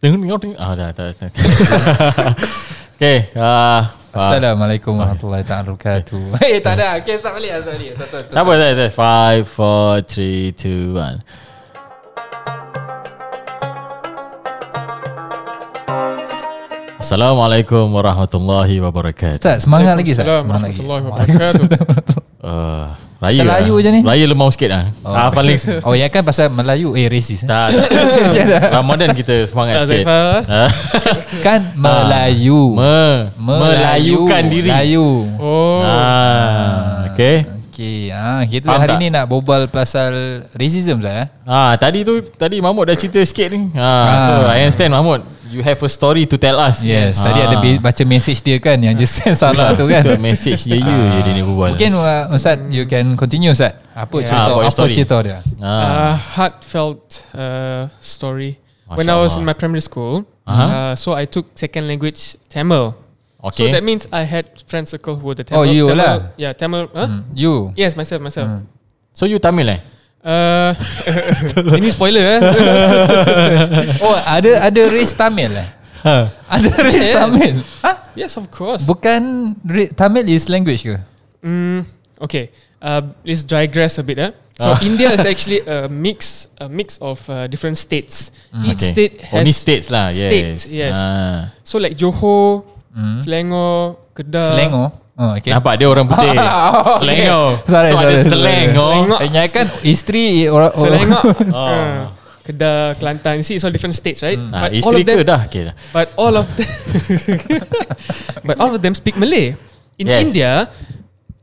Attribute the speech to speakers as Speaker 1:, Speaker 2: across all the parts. Speaker 1: Tengok tengok tengok. Ah, dah tak. tak. okay. Uh,
Speaker 2: Assalamualaikum warahmatullahi taala wabarakatuh. Eh tak ada. Okey, start balik, start balik. Tak tak.
Speaker 1: tak apa, tak tak. Five, four, three, two, one. Assalamualaikum warahmatullahi wabarakatuh.
Speaker 2: Ustaz, semangat lagi Ustaz.
Speaker 3: Waalaikumsalam
Speaker 2: Semangat lagi.
Speaker 3: warahmatullahi wabarakatuh.
Speaker 1: Uh, raya
Speaker 2: Macam Melayu
Speaker 1: lah.
Speaker 2: je ni.
Speaker 1: Raya lemau sikit lah oh. ah, Paling
Speaker 2: Oh, ya kan pasal Melayu eh racist. eh.
Speaker 1: tak, tak. Ramadan kita semangat sikit
Speaker 3: Zaifah.
Speaker 1: Ah,
Speaker 2: Kan Melayu.
Speaker 1: me, Melayukan diri
Speaker 2: Melayu.
Speaker 3: Oh,
Speaker 1: ah, Okay
Speaker 2: Okey, ha, kita
Speaker 1: Faham
Speaker 2: hari
Speaker 1: tak?
Speaker 2: ni nak berbual pasal racism Ustaz eh.
Speaker 1: Ah, tadi tu tadi Mahmud dah cerita sikit ni. Ah, ah. so I understand Mahmud. You have a story to tell us. Ah.
Speaker 2: Yes, Ah. tadi ada be- baca message dia kan yang just send salah
Speaker 1: Itu
Speaker 2: tu kan.
Speaker 1: message dia you je dia ni berbual.
Speaker 2: Mungkin uh, Ustaz you can continue Ustaz. Apa
Speaker 3: Yeah.
Speaker 2: cerita
Speaker 1: Ah, about your
Speaker 2: apa
Speaker 1: story.
Speaker 2: cerita dia?
Speaker 1: Ah.
Speaker 3: uh, heartfelt uh, story.
Speaker 1: Masya
Speaker 3: when I was
Speaker 1: Allah.
Speaker 3: in my primary school,
Speaker 1: Uh-huh.
Speaker 3: uh, so I took second language Tamil.
Speaker 1: Okay.
Speaker 3: So that means I had friend circle who were the Tamil.
Speaker 2: Oh, you
Speaker 3: Tamil,
Speaker 2: lah. Hmm.
Speaker 3: Yeah, Tamil. Huh?
Speaker 2: You.
Speaker 3: Yes, myself, myself.
Speaker 1: So you Tamil eh?
Speaker 3: Uh, ini spoiler eh.
Speaker 2: Oh, ada ada race Tamil eh. Ada race
Speaker 3: Yes.
Speaker 2: Tamil. Ha?
Speaker 3: yes, of course.
Speaker 2: Bukan ra- Tamil is language ke?
Speaker 3: Mm, okay, uh, let's digress a bit. Eh? So India is actually a mix, a mix of uh, different states. Each state has
Speaker 1: Hmm. Only states lah. Yes.
Speaker 3: States, yes.
Speaker 1: Ah.
Speaker 3: So like Johor,
Speaker 1: Hmm.
Speaker 3: Selangor, Kedah.
Speaker 2: Selangor. Oh, okay.
Speaker 1: Nampak dia orang putih. Selengor. so ada oh.
Speaker 2: Sorry, sorry, sorry.
Speaker 1: selengor.
Speaker 3: Selengor.
Speaker 2: Ya kan isteri orang orang
Speaker 3: Oh. Selangor. uh, Kedah, Kelantan. You see, it's all different states, right?
Speaker 1: Ah,
Speaker 3: But all
Speaker 1: isteri
Speaker 3: of them,
Speaker 1: ke dah? Okay. dah.
Speaker 3: But all of them, but all of them speak Malay. In
Speaker 1: Yes.
Speaker 3: India,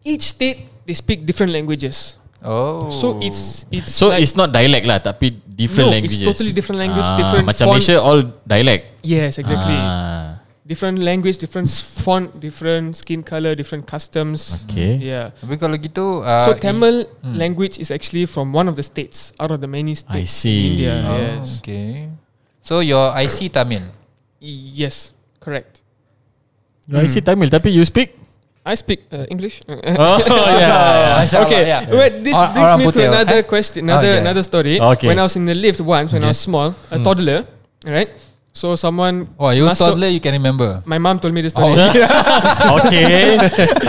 Speaker 3: each state they speak different languages.
Speaker 2: Oh.
Speaker 3: So it's it's
Speaker 1: So
Speaker 3: like,
Speaker 1: it's not dialect lah tapi different
Speaker 3: No, it's
Speaker 1: languages. Ah,
Speaker 3: totally different language, different
Speaker 1: Macam
Speaker 3: font.
Speaker 1: Malaysia all dialect.
Speaker 3: yes exactly
Speaker 1: Ah.
Speaker 3: different language, different s- font, different skin color, different customs.
Speaker 1: Okay. Hmm.
Speaker 3: Yeah.
Speaker 2: Tapi kalau gitu uh,
Speaker 3: So Tamil language is actually from one of the states out of the many states
Speaker 1: I see.
Speaker 3: in India.
Speaker 2: oh,
Speaker 3: Yes.
Speaker 2: Okay. So your IC Tamil.
Speaker 3: Yes. Correct.
Speaker 1: You
Speaker 2: Hmm.
Speaker 1: see Tamil tapi you speak
Speaker 3: I speak uh, English.
Speaker 1: Hmm. Oh yeah.
Speaker 2: Masya Allah,
Speaker 3: okay.
Speaker 2: Ah, yeah.
Speaker 3: Wait, this
Speaker 2: Or-
Speaker 3: brings
Speaker 2: orang
Speaker 3: me
Speaker 2: putih,
Speaker 3: to another
Speaker 2: eh?
Speaker 3: question, another
Speaker 2: Okay. Hmm.
Speaker 3: another story.
Speaker 1: Okay.
Speaker 3: When I was in the lift once, when I was small, a toddler, right? So someone.
Speaker 2: Oh, you
Speaker 3: masuk-
Speaker 2: toddler you can remember.
Speaker 3: My mom told me this
Speaker 2: Oh,
Speaker 3: story.
Speaker 1: okay.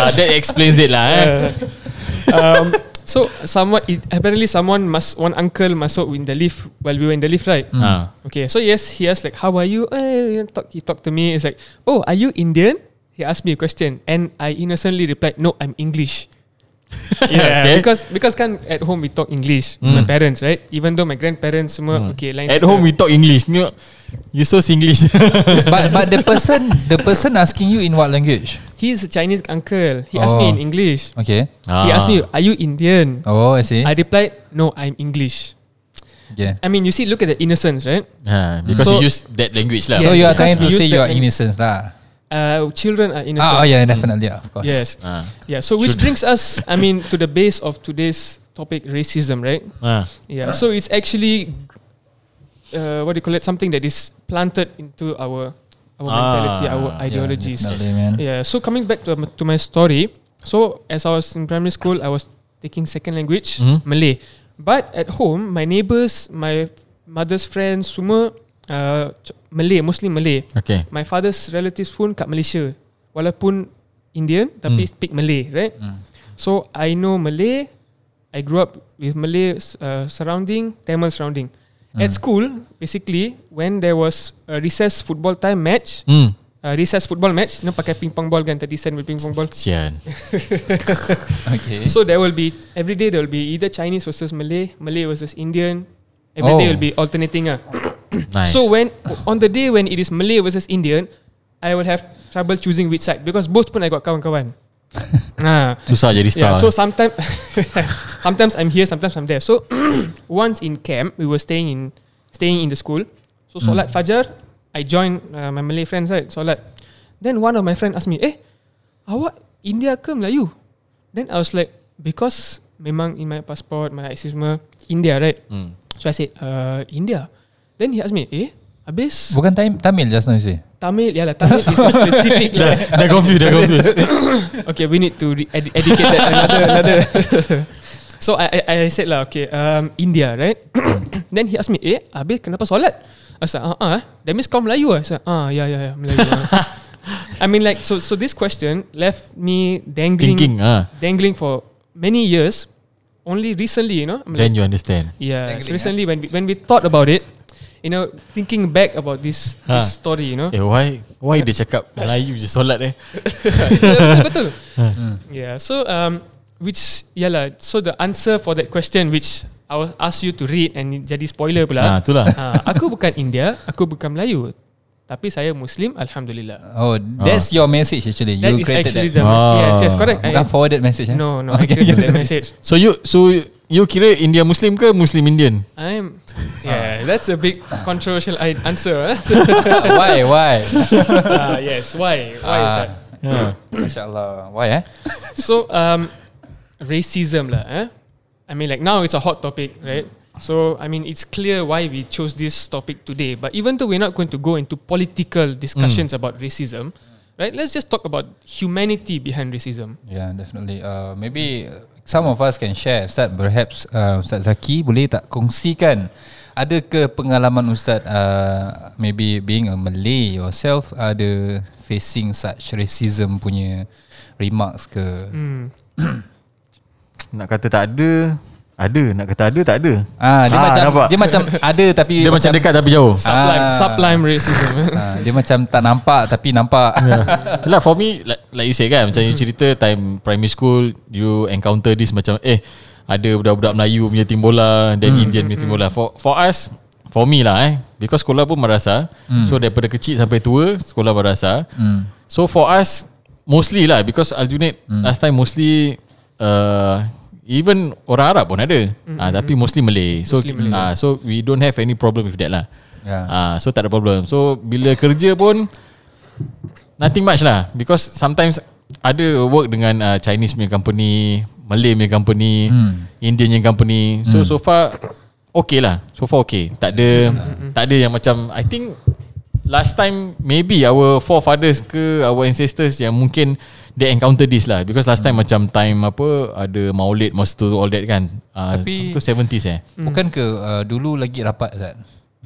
Speaker 1: Uh, that explains it lah. Eh.
Speaker 3: Uh, um, so someone it, apparently someone must one uncle masuk in the lift while we were in the lift, right?
Speaker 2: Hmm.
Speaker 1: Uh.
Speaker 3: Okay, so yes, he asked like, "How are you?" Eh, you know, talk, he talked to me. It's like, "Oh, are you Indian?" He asked me a question, and I innocently replied, "No, I'm English."
Speaker 1: Yeah. Okay. Hmm.
Speaker 3: because because kan at home we talk English, with my parents, right? Even though my grandparents semua okay, lain
Speaker 1: At
Speaker 3: cerita.
Speaker 1: home we talk English. Ni you so Singlish.
Speaker 2: but but the person the person asking you in what language?
Speaker 3: he's a Chinese uncle. He asked me
Speaker 2: Oh.
Speaker 3: in English.
Speaker 2: Okay.
Speaker 1: Ah.
Speaker 3: He asked me, "Are you Indian?"
Speaker 2: Oh, I see.
Speaker 3: I replied, "No, I'm English."
Speaker 2: yeah.
Speaker 3: I mean, you see, look at the innocence, right?
Speaker 1: Ha, because
Speaker 3: So-
Speaker 1: you use that language lah.
Speaker 2: so you are trying
Speaker 3: because
Speaker 2: to
Speaker 3: we
Speaker 2: say
Speaker 3: use
Speaker 2: you are
Speaker 3: that in-
Speaker 2: innocent lah.
Speaker 3: Uh, children are innocent.
Speaker 2: Ah, oh yeah, definitely, yeah, of course.
Speaker 3: Yes.
Speaker 1: Ah.
Speaker 3: Yeah. So which brings us, I mean, to the base of today's topic, racism, right?
Speaker 1: Ah.
Speaker 3: Yeah. So it's actually, uh, what do you call it? Something that is planted into our our
Speaker 1: Ah,
Speaker 3: mentality, our
Speaker 1: yeah,
Speaker 2: Yeah,
Speaker 3: ideologies. Yeah,
Speaker 2: definitely, man.
Speaker 3: So coming back to um, to my story, so as I was in primary school, I was taking second language
Speaker 1: Mhm.
Speaker 3: Malay, but at home, my neighbors, my mother's friends, semua uh, c- Malay, Muslim Malay.
Speaker 1: Okay.
Speaker 3: My father's relatives pun kat Malaysia Walaupun Indian Tapi
Speaker 1: Hmm.
Speaker 3: speak Malay right So I know Malay I grew up with Malay uh, surrounding Tamil surrounding At school Basically When there was a recess football time match
Speaker 1: Hmm.
Speaker 3: uh, Recess football match You know pakai ping pong ball kan 30 cent with ping pong ball
Speaker 1: Sian.
Speaker 2: Okay.
Speaker 3: So there will be Every day there will be Either Chinese versus Malay Malay versus Indian Every day
Speaker 2: Oh.
Speaker 3: will be alternating ah.
Speaker 1: Nice.
Speaker 3: So when on the day when it is Malay versus Indian, I will have trouble choosing which side because both pun I got kawan-kawan. ah.
Speaker 1: susah jadi
Speaker 3: Yeah,
Speaker 1: star.
Speaker 3: so sometimes sometimes I'm here, sometimes I'm there. So once in camp, we were staying in staying in the school. So solat fajar, I joined uh, my Malay friends right solat. Then one of my friend asked me, "Eh, awak India ke Melayu?" Then I was like, "Because memang in my passport, my IC semua India right."
Speaker 1: Hmm.
Speaker 3: So I said, uh, India. Then he asked me, eh, habis
Speaker 2: Bukan Tamil, Tamil just now you say.
Speaker 3: Tamil, yeah lah, Tamil is a specific
Speaker 1: dah,
Speaker 3: lah.
Speaker 1: dah confused, dah confused.
Speaker 3: Okay, we need to re- ed- educate that another, another. so I, I, I said lah, okay, um, India, right? Then he asked me, eh, habis kenapa solat? I was like, ah, uh, uh, that means kau Melayu eh? I was like, ah, yeah, yeah, yeah, Melayu. ah." I mean, like, so so this question left me dangling,
Speaker 1: Thinking ah,
Speaker 3: dangling for many years. Only recently, you know, I'm
Speaker 1: Then you understand
Speaker 3: yeah.
Speaker 2: Dangling,
Speaker 3: so recently, when we, when we thought about it, you know, thinking back about this,
Speaker 1: Ah.
Speaker 3: this story, you know,
Speaker 1: Eh why Why dia cakap Melayu je solat eh
Speaker 3: betul betul. yeah. So um, which yeah lah. So the answer for that question, which I will ask you to read and jadi spoiler
Speaker 1: Ah,
Speaker 3: pula.
Speaker 1: itulah
Speaker 3: Ah, aku bukan India, aku bukan Melayu, tapi saya Muslim. Alhamdulillah.
Speaker 2: Oh, that's your message actually.
Speaker 3: Ah. That
Speaker 2: You
Speaker 3: is
Speaker 2: created
Speaker 3: actually
Speaker 2: that.
Speaker 3: the message.
Speaker 1: Ah.
Speaker 3: yes yes correct. I,
Speaker 2: Bukan forwarded message. eh?
Speaker 3: no no I created that message.
Speaker 1: So you So you kira India Muslim ke Muslim Indian
Speaker 3: I'm
Speaker 2: Ah.
Speaker 3: yeah that's a big controversial i- answer. eh.
Speaker 2: why? Why?
Speaker 3: Ah, yes why why
Speaker 2: Ah.
Speaker 3: is that?
Speaker 1: yeah.
Speaker 2: Masya-Allah. Why eh?
Speaker 3: So um, racism lah. Eh? I mean, like now it's a hot topic, right? So I mean, it's clear why we chose this topic today. But even though we're not going to go into political
Speaker 2: Mm.
Speaker 3: discussions about racism, right? Let's just talk about humanity behind racism.
Speaker 2: Yeah, definitely. Uh, maybe uh, some of us can share. Ustaz, perhaps uh, Ustaz Zaki boleh tak kongsikan ada ke pengalaman Ustaz uh, maybe being a Malay yourself ada facing such racism punya remarks ke? Hmm.
Speaker 1: Nak kata tak ada Ada Nak kata ada tak ada
Speaker 2: Ah, dia ah, macam
Speaker 1: nampak?
Speaker 2: dia macam ada tapi
Speaker 1: Dia macam dekat tapi jauh
Speaker 3: Sublime,
Speaker 2: Ah.
Speaker 3: sublime racism. eh.
Speaker 2: Ah, dia macam tak nampak tapi nampak.
Speaker 3: Ya.
Speaker 1: lah for me like, like you say kan Macam you
Speaker 3: Hmm.
Speaker 1: cerita Time primary school You encounter this macam Eh ada budak-budak Melayu punya tim bola Then
Speaker 3: Hmm.
Speaker 1: Indian punya tim bola For for us For me lah eh Because sekolah pun merasa
Speaker 3: Hmm.
Speaker 1: So daripada kecil sampai tua Sekolah merasa So for us Mostly lah Because Aljunied
Speaker 3: Hmm.
Speaker 1: Last time mostly uh, Even orang Arab pun ada ah, Tapi mostly Malay So
Speaker 3: Hmm. Mostly
Speaker 1: ah,
Speaker 3: Malay.
Speaker 1: so we don't have any problem with that lah
Speaker 2: Ya.
Speaker 1: Ah, So tak ada problem So bila kerja pun Nothing much lah Because sometimes Ada work dengan uh, Chinese punya company Malay punya company Indian punya company So so far Okay lah So far okay Tak ada Tak ada yang macam I think Last time Maybe our forefathers ke Our ancestors Yang mungkin They encounter this lah Because last time macam Time apa Ada maulid Masa tu all that kan uh, Tapi
Speaker 2: Tapi-
Speaker 1: Tu 70s eh
Speaker 2: Bukan ke uh, dulu lagi rapat kan?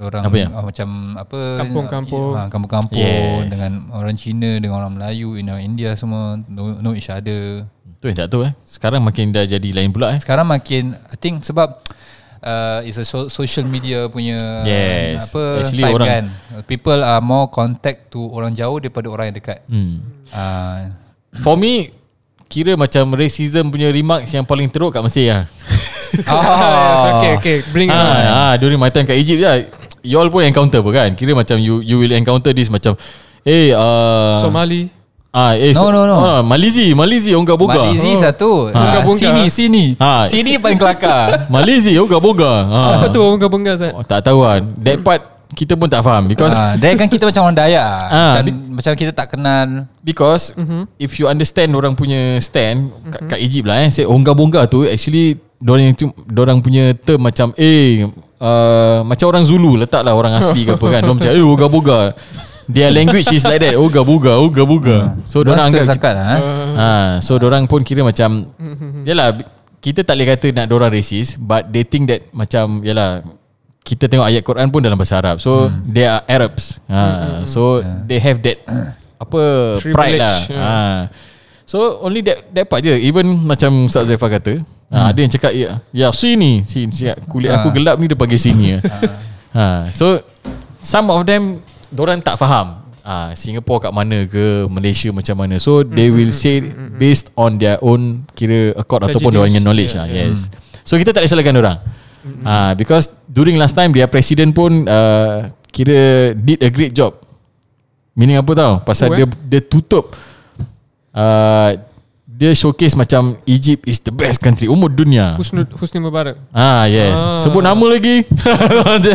Speaker 2: Orang
Speaker 1: Apa yang?
Speaker 2: oh, macam apa
Speaker 3: Kampung-kampung.
Speaker 2: ah, kampung-kampung yes.
Speaker 1: Yes.
Speaker 2: dengan orang Cina dengan orang Melayu in India semua know, know each other.
Speaker 1: Tu yang tak tahu eh Sekarang makin dah jadi lain pula eh
Speaker 2: Sekarang makin I think sebab uh, it's a so, social media punya
Speaker 1: Yes.
Speaker 2: apa
Speaker 1: Actually
Speaker 2: type
Speaker 1: orang-
Speaker 2: kan. People are more contact to orang jauh daripada orang yang dekat.
Speaker 1: hmm.
Speaker 2: Uh,
Speaker 1: For me Kira macam racism punya remarks Yang paling teruk kat Mesir lah
Speaker 2: oh.
Speaker 3: okay okay bring it on.
Speaker 1: ha, ha, During my time kat Egypt je lah, You all pun encounter pun kan Kira macam you you will encounter this macam Eh hey, uh,
Speaker 3: Somali.
Speaker 1: ah, eh,
Speaker 2: No, no, no.
Speaker 1: ah, Malizi Malizi Ongga Boga
Speaker 2: Malizi oh. satu.
Speaker 3: Bunga,
Speaker 2: Ah,
Speaker 3: bunga.
Speaker 2: sini sini.
Speaker 1: Ah.
Speaker 2: Sini paling kelakar.
Speaker 1: Malizi Ongga Boga ha.
Speaker 2: Ah.
Speaker 3: Apa tu orang bengga saya?
Speaker 1: Oh, tak tahu kan That part Kita pun tak faham Because
Speaker 2: Ah, dia kan kita macam orang Dayak.
Speaker 1: Ah.
Speaker 2: Macam, macam kita tak kenal.
Speaker 1: Because mm-hmm. If you understand Orang punya stand mm-hmm. kat, kat Egypt lah eh Say ongga-bongga tu Actually Diorang, yang tu- diorang punya term macam Eh uh, Macam orang Zulu Letaklah orang asli ke apa kan Diorang macam Eh ongga-bongga Their language is like that Oga-boga Oga-boga So
Speaker 2: Orang
Speaker 1: diorang
Speaker 2: suka
Speaker 1: anggap
Speaker 2: zakat lah. eh.
Speaker 1: ha, So orang pun kira macam Yalah Kita tak boleh kata Nak orang racist But they think that Macam Yalah Kita tengok ayat Quran pun Dalam bahasa Arab So hmm. They are Arabs
Speaker 3: Hmm,
Speaker 1: ha, So yeah. They have that Apa Pride lah
Speaker 3: Privilege, yeah.
Speaker 1: ha. So only that That part je Even macam Ustaz Zaifah kata ha,
Speaker 3: Hmm.
Speaker 1: Ada yang cakap Ya, ya sini, sini, sini Kulit aku
Speaker 3: Ah.
Speaker 1: gelap ni Dia panggil sini ha. So Some of them Diorang tak faham Ah, Singapore kat mana ke Malaysia macam mana So
Speaker 3: Hmm,
Speaker 1: they will say Based on their own Kira accord Ataupun
Speaker 3: Prejudice.
Speaker 1: diorang punya knowledge
Speaker 3: Yeah, Hmm.
Speaker 1: lah Yes So kita tak boleh salahkan diorang Ah, Because During last time Their president pun uh, Kira Did a great job Meaning apa tau Pasal
Speaker 3: Apa, eh?
Speaker 1: dia Dia tutup uh, Dia showcase macam Egypt is the best country Umur dunia
Speaker 3: Husnu, Husni Mubarak.
Speaker 1: Ah yes.
Speaker 3: Ah.
Speaker 1: Ah. Sebut nama lagi.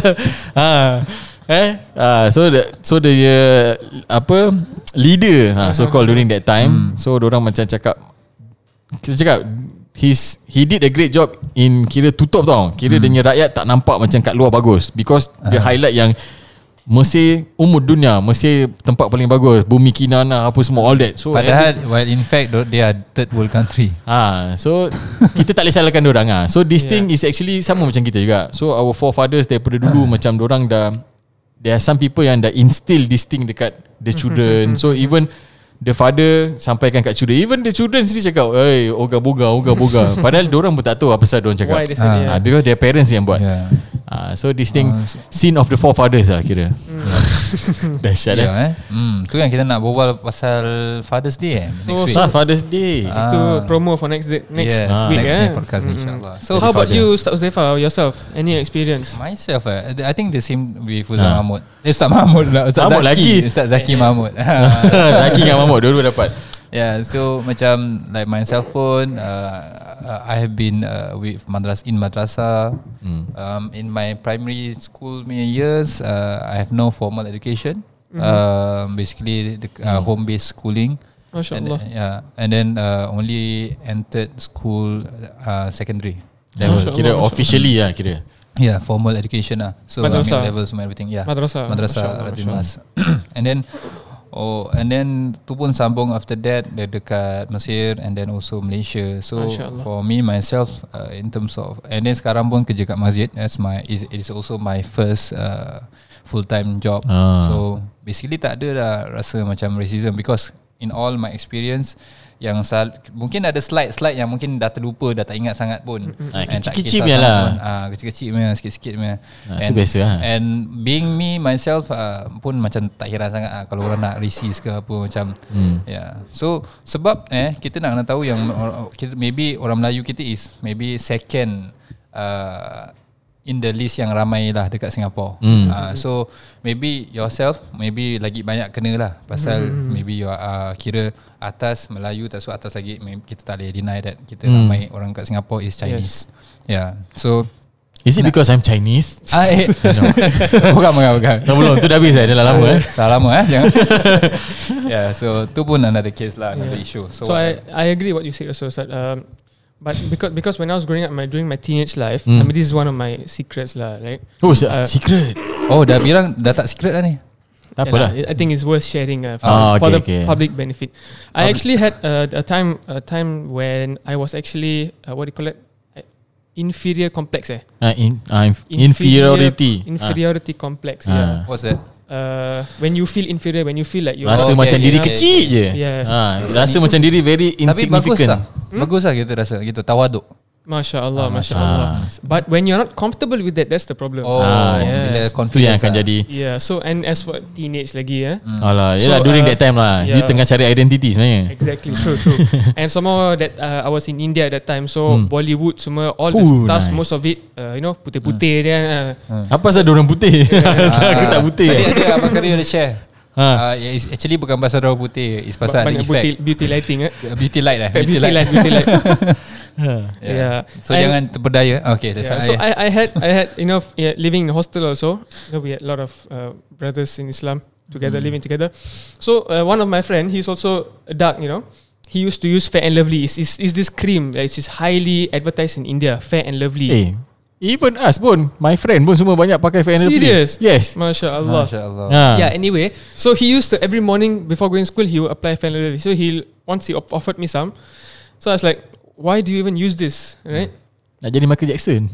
Speaker 1: ah. Eh? Ah, so the, so the uh, apa leader ah, so called during that time. Hmm. So orang macam cakap kita cakap he's he did a great job in kira tutup tau. Kira hmm. dia punya rakyat tak nampak macam kat luar bagus because uh. dia highlight yang Mesir umur dunia, Mesir tempat paling bagus, bumi Kinana apa semua all that. So
Speaker 2: Padahal while in fact tho- they are third world country.
Speaker 1: Ha, so kita tak boleh salahkan orang ah. So this yeah.
Speaker 3: Yeah.
Speaker 1: thing is actually sama macam kita juga. So our forefathers daripada dulu macam orang dah there are some people yang dah instill this thing dekat the
Speaker 3: Mhm,
Speaker 1: children. so even the father sampaikan kat children, even the children sendiri cakap, "Hey, ogah boga, ogah boga." Padahal orang pun tak tahu apa pasal orang cakap.
Speaker 3: Why ya. they say
Speaker 1: Ah,
Speaker 3: that, yeah.
Speaker 1: because their parents yang
Speaker 3: Ya.
Speaker 1: buat.
Speaker 2: Yeah.
Speaker 1: Ah, so this thing
Speaker 2: Ah, so-
Speaker 1: sin of the forefathers lah kira.
Speaker 3: Mm.
Speaker 1: Dahsyat eh.
Speaker 2: Ya eh. Hmm, tu yang kita nak berbual pasal Father's Day eh. Next
Speaker 3: Oh,
Speaker 2: week.
Speaker 1: Ah, Father's Day.
Speaker 2: Ah.
Speaker 3: To promo for next day, next
Speaker 2: yes,
Speaker 3: week.
Speaker 2: next
Speaker 3: eh.
Speaker 2: punya podcast
Speaker 1: Mm-hmm.
Speaker 3: Mm-mm.
Speaker 2: insyaallah. So
Speaker 3: So how about you, Ustaz Uzefa, yourself? Any experience?
Speaker 2: Myself eh, I think the same with Ustaz
Speaker 1: Ah.
Speaker 2: Mahmud. Eh Ustaz Mahmud lah, Ustaz
Speaker 1: Mahmud
Speaker 2: Zaki.
Speaker 1: lagi. Ah.
Speaker 2: Ustaz Zaki Mahmud.
Speaker 1: Zaki dengan Mahmud dua-dua dapat.
Speaker 2: Yeah, Ya, so macam like myself pun, uh, uh, I have been uh, with madras in madrasah. Um, in my primary school punya years, uh, I have no formal education. Um, basically, the, uh, home-based schooling.
Speaker 3: Masya
Speaker 2: And,
Speaker 3: Allah.
Speaker 2: yeah, and then uh, only entered school uh, secondary.
Speaker 1: Level.
Speaker 3: Masya
Speaker 1: Kira
Speaker 3: Allah, Masya
Speaker 1: officially lah kira.
Speaker 2: Yeah, formal education lah. So I
Speaker 3: Madrasah.
Speaker 2: mean, levels and everything. Yeah,
Speaker 3: Madrasah. Masya
Speaker 2: madrasah
Speaker 3: Allah,
Speaker 2: Radin Mas. and then oh and then tu pun sambung after that de- dekat Mesir and then also Malaysia. So
Speaker 3: Masya Allah.
Speaker 2: for me myself uh, in terms of and then sekarang pun kerja kat masjid that's my is it is also my first uh, full time job.
Speaker 1: Ah.
Speaker 2: So basically tak ada dah rasa macam racism because in all my experience yang sal- mungkin ada slide-slide yang mungkin dah terlupa dah tak ingat sangat pun
Speaker 1: Ah,
Speaker 2: And tak
Speaker 1: kecil-kecil
Speaker 2: kisah
Speaker 1: punya
Speaker 2: sangat
Speaker 1: lah.
Speaker 2: pun. Ah, kecil-kecil punya sikit-sikit punya.
Speaker 1: Ah, tu biasa lah.
Speaker 2: And being me myself uh, pun macam tak heran sangat uh, kalau orang nak racist ke apa macam. Hmm. Yeah. So sebab eh kita nak kena tahu yang or- or- kita maybe orang Melayu kita is maybe second uh, in the list yang ramai lah dekat Singapore. Hmm. Uh, so maybe yourself maybe lagi banyak kena lah pasal hmm. maybe you are uh, kira atas Melayu tak so atas lagi maybe kita tak boleh deny that kita hmm. ramai orang kat Singapore is Chinese. Yes. Yeah. So
Speaker 1: Is it because I'm Chinese?
Speaker 2: Ah, eh. bukan bukan bukan.
Speaker 1: Dah belum, tu dah habis eh, dah lama eh.
Speaker 2: Dah lama eh jangan. yeah, so tu pun another case lah, another
Speaker 3: Yeah.
Speaker 2: issue. So,
Speaker 3: So, I, I agree what you said also, Ustaz. Um, but because because when I was growing up, my during my teenage life, I
Speaker 1: Mm.
Speaker 3: mean this is one of my secrets lah, right?
Speaker 1: Oh, se-
Speaker 3: Ah.
Speaker 1: secret.
Speaker 2: oh dah bilang dah tak secret lah ni.
Speaker 1: Tak
Speaker 3: Yeah lah,
Speaker 1: apalah.
Speaker 3: I think it's worth sharing uh, for,
Speaker 1: Ah, okay,
Speaker 3: for the
Speaker 1: okay.
Speaker 3: public benefit. I
Speaker 2: Public-
Speaker 3: actually had a, a time a time when I was actually uh, what do you call it? Uh, Inferior complex eh.
Speaker 1: Ah, in, ah, inf- inferiority. Ah,
Speaker 3: Inferiority complex.
Speaker 1: Ah.
Speaker 3: Yeah.
Speaker 2: What's that?
Speaker 3: Uh, when you feel inferior, when you feel like you are
Speaker 1: Rasa
Speaker 2: Oh, Okay,
Speaker 1: macam
Speaker 2: yeah,
Speaker 1: diri
Speaker 2: yeah,
Speaker 1: kecil
Speaker 2: yeah.
Speaker 1: je.
Speaker 3: Yes.
Speaker 1: Ah, rasa macam diri very
Speaker 2: Tapi bagus
Speaker 1: insignificant.
Speaker 2: lah. Hmm? Bagus lah kita rasa gitu tawaduk.
Speaker 3: Masya
Speaker 2: Ah,
Speaker 3: Allah, Masya
Speaker 2: Masya
Speaker 3: Allah.
Speaker 1: Ah,
Speaker 3: But when you're not comfortable with that, that's the problem.
Speaker 2: Oh,
Speaker 1: Ah,
Speaker 3: yes.
Speaker 2: bila
Speaker 1: Itu yang
Speaker 2: confidence
Speaker 1: akan
Speaker 2: lah. Hmm.
Speaker 1: jadi.
Speaker 3: Yeah. So and as for teenage lagi eh.
Speaker 2: Mm.
Speaker 1: Alah,
Speaker 3: So,
Speaker 1: yelah during
Speaker 3: uh,
Speaker 1: that time lah. You
Speaker 3: yeah.
Speaker 1: tengah cari identity sebenarnya.
Speaker 3: Exactly. True. True. and some more that uh, I was in India at that time. So
Speaker 1: Hmm.
Speaker 2: Mm.
Speaker 3: Bollywood, semua all the
Speaker 1: Ooh,
Speaker 3: stars,
Speaker 1: nice.
Speaker 3: most of it, uh, you know,
Speaker 2: Mm.
Speaker 3: putih-putih dia. Uh.
Speaker 1: Apa pasal dorang putih? Asal aku tak putih.
Speaker 2: Ah, Tadi ada Abang Karim ada share.
Speaker 1: Ha.
Speaker 2: Uh, it's actually bukan pasal orang putih, it's pasal ada
Speaker 3: Banyak beauty,
Speaker 2: effect.
Speaker 3: beauty lighting eh.
Speaker 2: Beauty, beauty light lah.
Speaker 3: Beauty light, beauty light.
Speaker 2: Ah.
Speaker 3: yeah.
Speaker 2: So
Speaker 3: And-
Speaker 2: jangan terpedaya. Ah, Okay, that's
Speaker 3: Yeah,
Speaker 2: yeah,
Speaker 3: so I, I had I had you know f- yeah, living in the hostel also. You know, we had a lot of uh, brothers in Islam together
Speaker 2: Mm.
Speaker 3: living together. So uh, one of my friend, he's also dark. You know, he used to use Fair and Lovely. Is is is this cream? Like, it's highly advertised in India. Fair and Lovely.
Speaker 1: Eh, even us pun, my friend pun semua banyak pakai fan
Speaker 3: Serious?
Speaker 1: Yes.
Speaker 3: Masya Allah.
Speaker 2: Masya Allah.
Speaker 1: Ha.
Speaker 3: Yeah. Anyway, so he used to every morning before going to school, he would apply Fair and Lovely. So he once he op- offered me some, so I was like, why do you even use this? Right?
Speaker 1: Nak jadi Michael Jackson.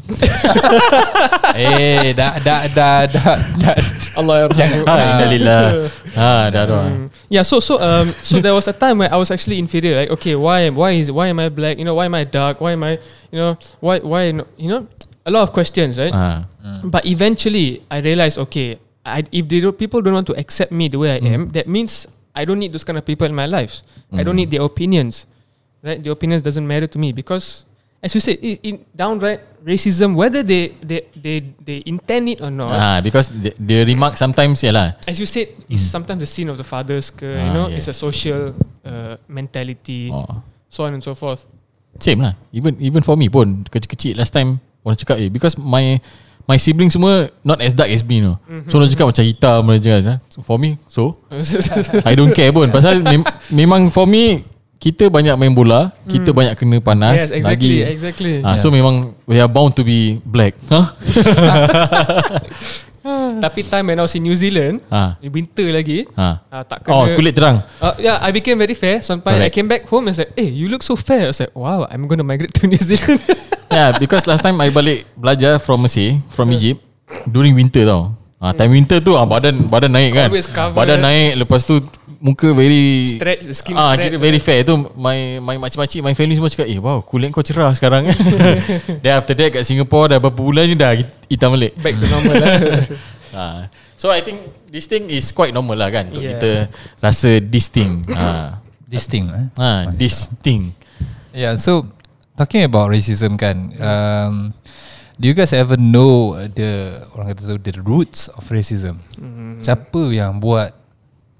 Speaker 1: Ha.
Speaker 2: eh, dah dah dah dah. dah. Ah,
Speaker 3: Allah. ya
Speaker 1: ha, innalillah. Ha, dah dah.
Speaker 3: Mm. Yeah, so so um so there was a time where I was actually inferior. Like, okay, why why is why am I black? You know, why am I dark? Why am I you know why why no- you know a lot of questions, right?
Speaker 1: Ha.
Speaker 3: But eventually, I realized, okay, I, if they don't, people don't want to accept me the way
Speaker 1: Mm.
Speaker 3: I am, that means I don't need those kind of people in my lives. I don't
Speaker 1: Mm.
Speaker 3: need their opinions, right? The opinions doesn't matter to me because, as you say, in, in downright racism, whether they they they they intend it or not,
Speaker 1: Ah, because the, the remark sometimes ya lah.
Speaker 3: as you said, it's sometimes the sin of the fathers. Ke,
Speaker 1: Mm.
Speaker 3: you
Speaker 1: Ah,
Speaker 3: know,
Speaker 1: yeah.
Speaker 3: it's a social uh, mentality,
Speaker 1: Oh.
Speaker 3: so on and so forth.
Speaker 1: Same lah. Even even for me pun kecil-kecil last time orang cakap eh because my my sibling semua not as dark as me no. So orang cakap macam hitam orang cakap. "Huh? So, for me so I don't care pun pasal mem- memang for me kita banyak main bola, kita banyak kena panas
Speaker 3: Hmm. yes, exactly,
Speaker 1: lagi
Speaker 3: exactly.
Speaker 1: Ah, so memang we are bound to be black. Ha. Huh?
Speaker 3: Tapi time when I was in New Zealand,
Speaker 1: Ah.
Speaker 3: winter lagi,
Speaker 1: Ah.
Speaker 3: ah, tak kena.
Speaker 1: Oh, kulit terang.
Speaker 3: Uh, yeah, I became very fair. Sometimes I
Speaker 1: Correct.
Speaker 3: came back home and said, "Hey, you look so fair." I was like, "Wow, I'm going to migrate to New Zealand."
Speaker 1: Yeah, because last time I balik belajar from Mesir, from Egypt during winter tau. Ah, time winter tu ah, badan badan naik kan.
Speaker 3: Hmm. Always covered.
Speaker 1: Badan naik lepas tu muka very
Speaker 3: Stretch, the skin
Speaker 1: ah,
Speaker 3: stretch.
Speaker 1: kira very fair tu my my makcik-makcik my family semua cakap eh wow kulit kau cerah sekarang kan. Then after that kat Singapore dah berapa bulan ni dah hitam balik.
Speaker 3: Back to normal lah
Speaker 1: Ah, so I think this thing is quite normal lah kan untuk
Speaker 3: Yeah.
Speaker 1: yeah. kita rasa this thing. ah.
Speaker 2: This thing eh?
Speaker 1: Ah, this thing.
Speaker 2: Yeah, so talking about racism kan, um, do you guys ever know the orang kata tu the roots of racism? Mm. Siapa yang buat?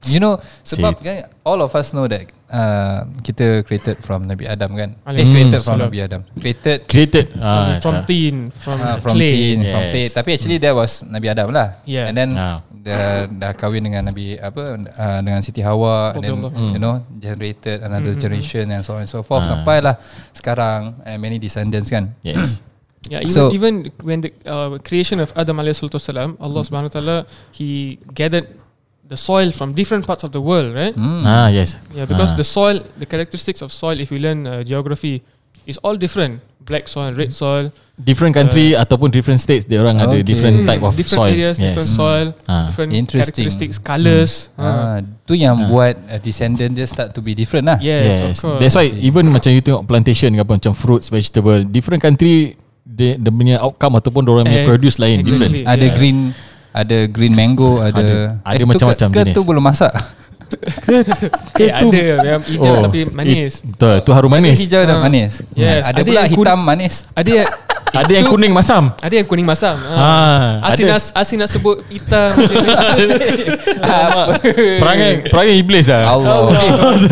Speaker 2: You know, sebab kan all of us know that uh, kita created from Nabi Adam kan? Eh, created from Nabi Adam. Created
Speaker 1: Created ah,
Speaker 3: From
Speaker 1: ah.
Speaker 3: tin From,
Speaker 2: Ah, from
Speaker 3: clay
Speaker 2: tin, yes. from
Speaker 1: Yes.
Speaker 2: clay. Tapi actually that was Nabi Adam lah.
Speaker 3: Yeah.
Speaker 2: And then
Speaker 1: Ah.
Speaker 2: dah dah kahwin dengan Nabi apa uh, dengan Siti Hawa and
Speaker 3: Oh,
Speaker 2: then you know generated another generation and so on and so forth sampailah sekarang and many descendants kan.
Speaker 1: Yes.
Speaker 3: Yeah, even,
Speaker 2: So-
Speaker 3: even when the uh, creation of Adam alayhi salatu wasalam, Allah
Speaker 1: Hmm.
Speaker 3: subhanahu wa ta'ala, he gathered the soil from different parts of the world, right?
Speaker 2: Hmm.
Speaker 1: Ah, yes.
Speaker 3: Yeah, because
Speaker 1: Ah.
Speaker 3: the soil, the characteristics of soil, if you learn uh, geography, is all different. Black soil, red
Speaker 1: Hmm.
Speaker 3: soil,
Speaker 1: different country uh, ataupun different states dia orang okay. ada
Speaker 2: Okay.
Speaker 1: different type of
Speaker 3: Hmm, different
Speaker 1: soil.
Speaker 3: areas,
Speaker 1: yes.
Speaker 3: different soil,
Speaker 1: Ah. Hmm.
Speaker 3: different
Speaker 2: Interesting.
Speaker 3: characteristics, colors. Uh,
Speaker 2: Ah, tu yang buat uh, descendant dia start to be different lah.
Speaker 3: yes,
Speaker 1: Mm. Yes,
Speaker 3: of course.
Speaker 1: that's why even macam you tengok plantation ke apa macam fruits, vegetable, different country dia dia punya outcome ataupun dia orang punya
Speaker 3: Eh,
Speaker 1: produce lain
Speaker 3: exactly.
Speaker 1: different.
Speaker 3: Yeah.
Speaker 2: Ada green ada green mango, ada, eh,
Speaker 1: Ada- ada
Speaker 2: tu
Speaker 1: macam-macam
Speaker 2: ke, ke
Speaker 1: jenis.
Speaker 2: tu belum masak.
Speaker 3: Eh, ada yang hijau
Speaker 1: Oh,
Speaker 3: tapi manis.
Speaker 1: It, betul, tu harum manis.
Speaker 2: Hijau dan
Speaker 3: Ah.
Speaker 2: manis.
Speaker 3: Yes,
Speaker 2: Ada,
Speaker 3: ada
Speaker 2: pula
Speaker 3: yang kun-
Speaker 2: hitam manis.
Speaker 3: Ada yang,
Speaker 1: ada yang
Speaker 3: itu-
Speaker 1: kuning masam.
Speaker 3: ada yang kuning masam. Ah.
Speaker 1: Ah,
Speaker 3: Asin,
Speaker 1: ada.
Speaker 3: as, asin nak sebut hitam.
Speaker 2: Apa?
Speaker 1: Perangai perangai iblis lah.
Speaker 2: Allah.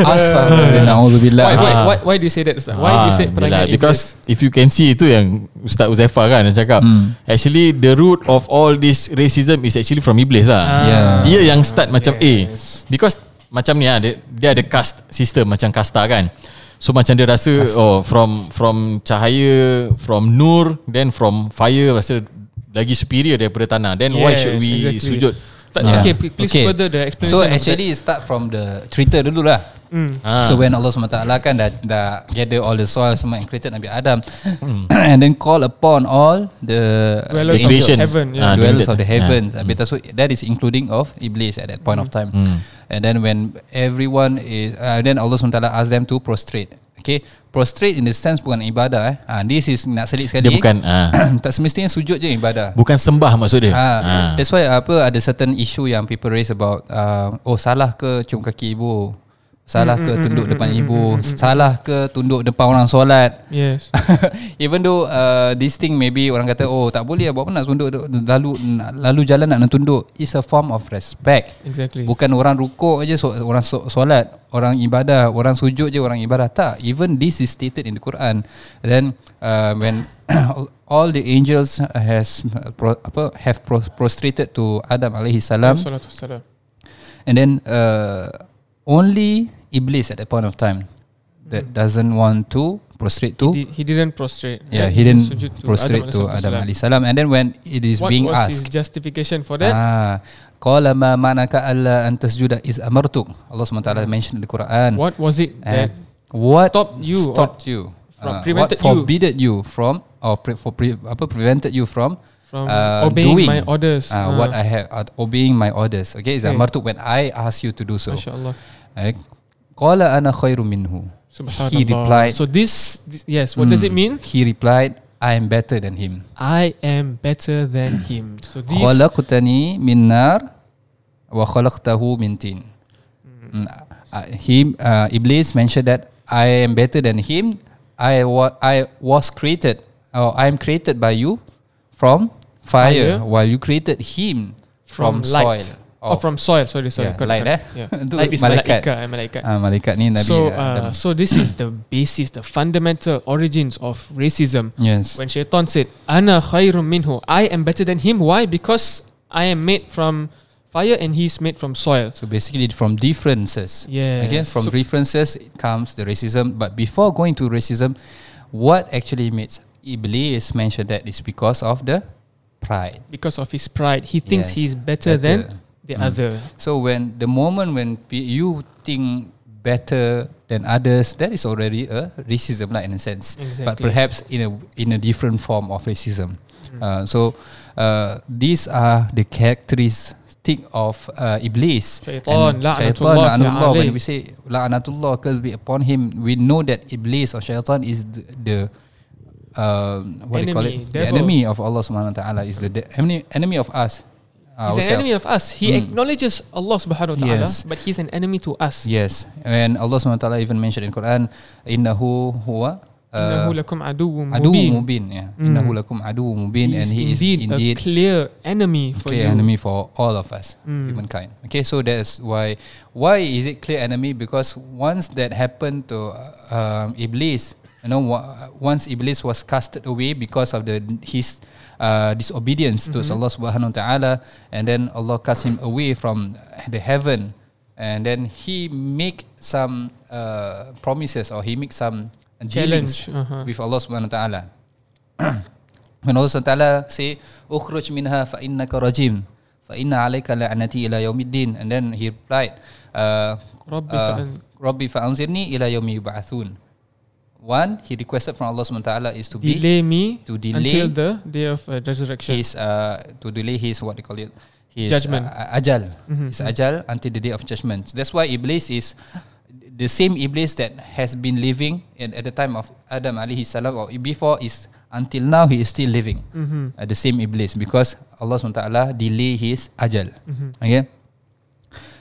Speaker 2: Astagfirullah. Nauzubillah.
Speaker 3: why, why,
Speaker 1: Ah.
Speaker 3: why, why do you say that? Ustaz? Why do you say
Speaker 1: yelah,
Speaker 3: perangai iblis?
Speaker 1: Because if you can see Itu yang Ustaz Uzaifah kan Dia cakap Actually the root of all this Racism is actually from Iblis lah
Speaker 3: Ah.
Speaker 2: Yeah.
Speaker 1: Dia yang start macam
Speaker 2: eh.
Speaker 1: A Because Macam ni lah dia, dia ada caste system Macam kasta kan So macam dia rasa Oh from From cahaya From nur Then from fire Rasa lagi superior Daripada tanah Then yes, why
Speaker 3: Yes,
Speaker 1: should we
Speaker 3: exactly.
Speaker 1: exactly. Sujud
Speaker 3: Tak,
Speaker 2: Ah.
Speaker 3: Okay, pl- please okay. further the explanation.
Speaker 2: So
Speaker 3: of that. Hmm.
Speaker 2: actually it start from the cerita dulu lah.
Speaker 1: Ah.
Speaker 2: So when Allah SWT kan dah, dah gather all the soil semua and created Nabi Adam
Speaker 1: Hmm.
Speaker 2: and then call upon all the
Speaker 3: Dwellers
Speaker 1: of
Speaker 2: angels.
Speaker 1: heaven, yeah.
Speaker 2: Ah, dwellers
Speaker 1: Ah,
Speaker 2: of the
Speaker 1: dwellers.
Speaker 2: heavens. Yeah. So that is including of Iblis at that point of time.
Speaker 1: Hmm.
Speaker 2: And then when everyone is uh, then Allah SWT ask them to prostrate. Okay, prostrate in the sense bukan ibadah eh. Ah, this is nak selit sekali.
Speaker 1: Dia bukan ah,
Speaker 2: tak semestinya sujud je ibadah.
Speaker 1: Bukan sembah maksud dia ah.
Speaker 2: Ah, that's why apa ada certain issue yang people raise about uh, oh salah ke cium kaki ibu? Salah ke tunduk depan ibu? Salah ke tunduk depan orang solat?
Speaker 3: yes.
Speaker 2: Even though uh, this thing maybe orang kata oh tak boleh buat apa nak tunduk lalu nak- lalu jalan nak tunduk is a form of respect.
Speaker 3: Exactly.
Speaker 2: Bukan orang rukuk aje so, orang so, solat, orang ibadah, orang sujud je orang ibadah tak. Even this is stated in the Quran. Then uh, when all the angels has pro, apa have pro, prostrated to Adam alaihi salam
Speaker 3: Salatu wassalam.
Speaker 2: and then uh, only iblis at that point of time that doesn't want to prostrate to
Speaker 3: Hmm. He, he didn't prostrate.
Speaker 2: yeah
Speaker 3: right?
Speaker 2: he didn't
Speaker 3: Sujud
Speaker 2: prostrate to Adam
Speaker 3: alaihi
Speaker 2: alaihi salam and then when it is
Speaker 3: salam. What
Speaker 2: being
Speaker 3: was
Speaker 2: asked
Speaker 3: his justification for that?
Speaker 2: Ah, qala ma manaka alla an tasjuda is amartuk. Allah SWT mention in the Quran.
Speaker 3: What was it
Speaker 2: Eh,
Speaker 3: that
Speaker 2: what
Speaker 3: stopped you or
Speaker 2: stopped you
Speaker 3: from-
Speaker 2: Ah,
Speaker 3: prevented
Speaker 2: what
Speaker 3: you?
Speaker 2: forbidden you, from or pre, for pre, apa prevented you from
Speaker 3: from
Speaker 2: uh,
Speaker 3: obeying
Speaker 2: doing
Speaker 3: my orders?
Speaker 2: ah, what I have uh, obeying my orders. Okay, is
Speaker 3: Okay.
Speaker 2: amartuk when I ask you to do so.
Speaker 3: Mashallah.
Speaker 2: Eh, Qala ana khairu minhu.
Speaker 3: Subhanallah.
Speaker 2: He replied. Hmm.
Speaker 3: So this, this yes, what does it mean?
Speaker 2: He replied, I am better than him.
Speaker 3: I am better than him. So this
Speaker 2: Khalaqtani min nar wa khalaqtahu min tin.
Speaker 3: Mm-hmm.
Speaker 2: Mm, uh, He uh, Iblis mentioned that I am better than him. I wa- I was created or I am created by you from fire,
Speaker 3: Fire.
Speaker 2: while you created him from,
Speaker 3: light.
Speaker 2: soil.
Speaker 3: Oh, from soil. Sorry,
Speaker 2: Yeah,
Speaker 3: sorry. correct,
Speaker 2: light,
Speaker 3: correct.
Speaker 2: eh?
Speaker 3: Yeah.
Speaker 2: Itu
Speaker 3: light is
Speaker 2: malaikat.
Speaker 3: malaikat. eh, malaikat.
Speaker 2: Ah, malaikat ni Nabi
Speaker 3: so,
Speaker 2: Adam.
Speaker 3: uh, so this is the basis, the fundamental origins of racism.
Speaker 2: yes.
Speaker 3: When Shaitan said, "Ana khairum minhu," I am better than him. Why? Because I am made from fire and he's made from soil.
Speaker 2: So basically, from differences.
Speaker 3: Yeah.
Speaker 2: Okay. From
Speaker 3: So-
Speaker 2: differences it comes the racism. But before going to racism, what actually makes Iblis mentioned that is because of the pride.
Speaker 3: Because of his pride, he
Speaker 2: Yes, Mm.
Speaker 3: thinks
Speaker 2: Ah,
Speaker 3: he's better,
Speaker 2: better.
Speaker 3: than the other.
Speaker 2: So when the moment when pe- you think better than others, that is already a racism, like in a sense, but
Speaker 3: Exactly.
Speaker 2: perhaps in a in a different form of racism. Uh, so uh, these are the characteristic of uh, Iblis. And
Speaker 3: Syaitan, la'natullah
Speaker 2: Syaitan, la'natullah.
Speaker 3: alaih.
Speaker 2: When we say la'anatullah curse be upon him, we know that Iblis or Shaitan is the, the um, what do you call it?
Speaker 3: Enemy,
Speaker 2: The
Speaker 3: devil.
Speaker 2: enemy of Allah Subhanahu Wa Taala is the de- enemy enemy of us.
Speaker 3: He's an
Speaker 2: ourselves. Mm.
Speaker 3: enemy of us. He acknowledges Allah subhanahu wa ta'ala,
Speaker 2: Yes.
Speaker 3: but he's an enemy to us.
Speaker 2: Yes, and Allah SWT even mentioned in Quran, "Innahu huwa uh,
Speaker 3: Innahu lakum aduwwum
Speaker 2: adu
Speaker 3: mubin.
Speaker 2: mubin." Yeah, innahu lakum adu mubin, and
Speaker 3: He is
Speaker 2: he is
Speaker 3: indeed,
Speaker 2: indeed
Speaker 3: a clear enemy for
Speaker 2: clear
Speaker 3: you. Hmm.
Speaker 2: enemy for all of us, humankind. Okay, so that's why why is it clear enemy? Because once that happened to uh, um, Iblis, you know, wa- once Iblis was casted away because of the his uh, disobedience to
Speaker 3: Mm-hmm.
Speaker 2: Allah Subhanahu Wa Taala, and then Allah cast him away from the heaven, and then he make some uh, promises or he make some dealings
Speaker 3: Challenge, uh-huh.
Speaker 2: with Allah Subhanahu Wa Taala. When Allah SWT say, "Ukhruj minha fa innaka rajim, fa inna alayka la'nati ila yaumiddin." And then he replied, uh,
Speaker 3: Rabbi
Speaker 2: uh,
Speaker 3: fa'an-
Speaker 2: Rabbi fa'anzirni ila yaumi yub'athun. One, he requested from Allah SWT is to be
Speaker 3: Delay me
Speaker 2: to delay
Speaker 3: until the day of uh, resurrection.
Speaker 2: his uh, to delay his what they call it his
Speaker 3: Judgment.
Speaker 2: uh, ajal his ajal until the day of judgment that's why iblis is the same iblis that has been living at, at the time of adam alaihi salam or before is until now he is still living Uh, the same iblis because allah swt delay his ajal okay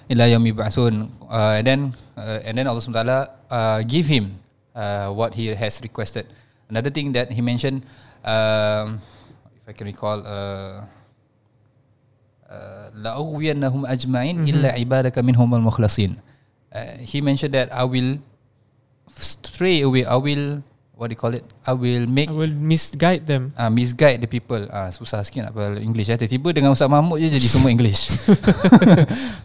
Speaker 2: ila yaumi ba'sun uh, and then uh, and then Allah SWT uh, give him uh, what he has requested another thing that he mentioned um, if I can recall uh, لأغوينهم أجمعين
Speaker 3: Mhm.
Speaker 2: إلا عبادك منهم المخلصين Uh, he mentioned that I will stray away I will what do you call it I will make
Speaker 3: I will misguide them.
Speaker 2: Ah, misguide the people. Ah, susah sikit nak bahasa English. Eh. Tiba-tiba dengan Ustaz Mahmud je jadi semua English.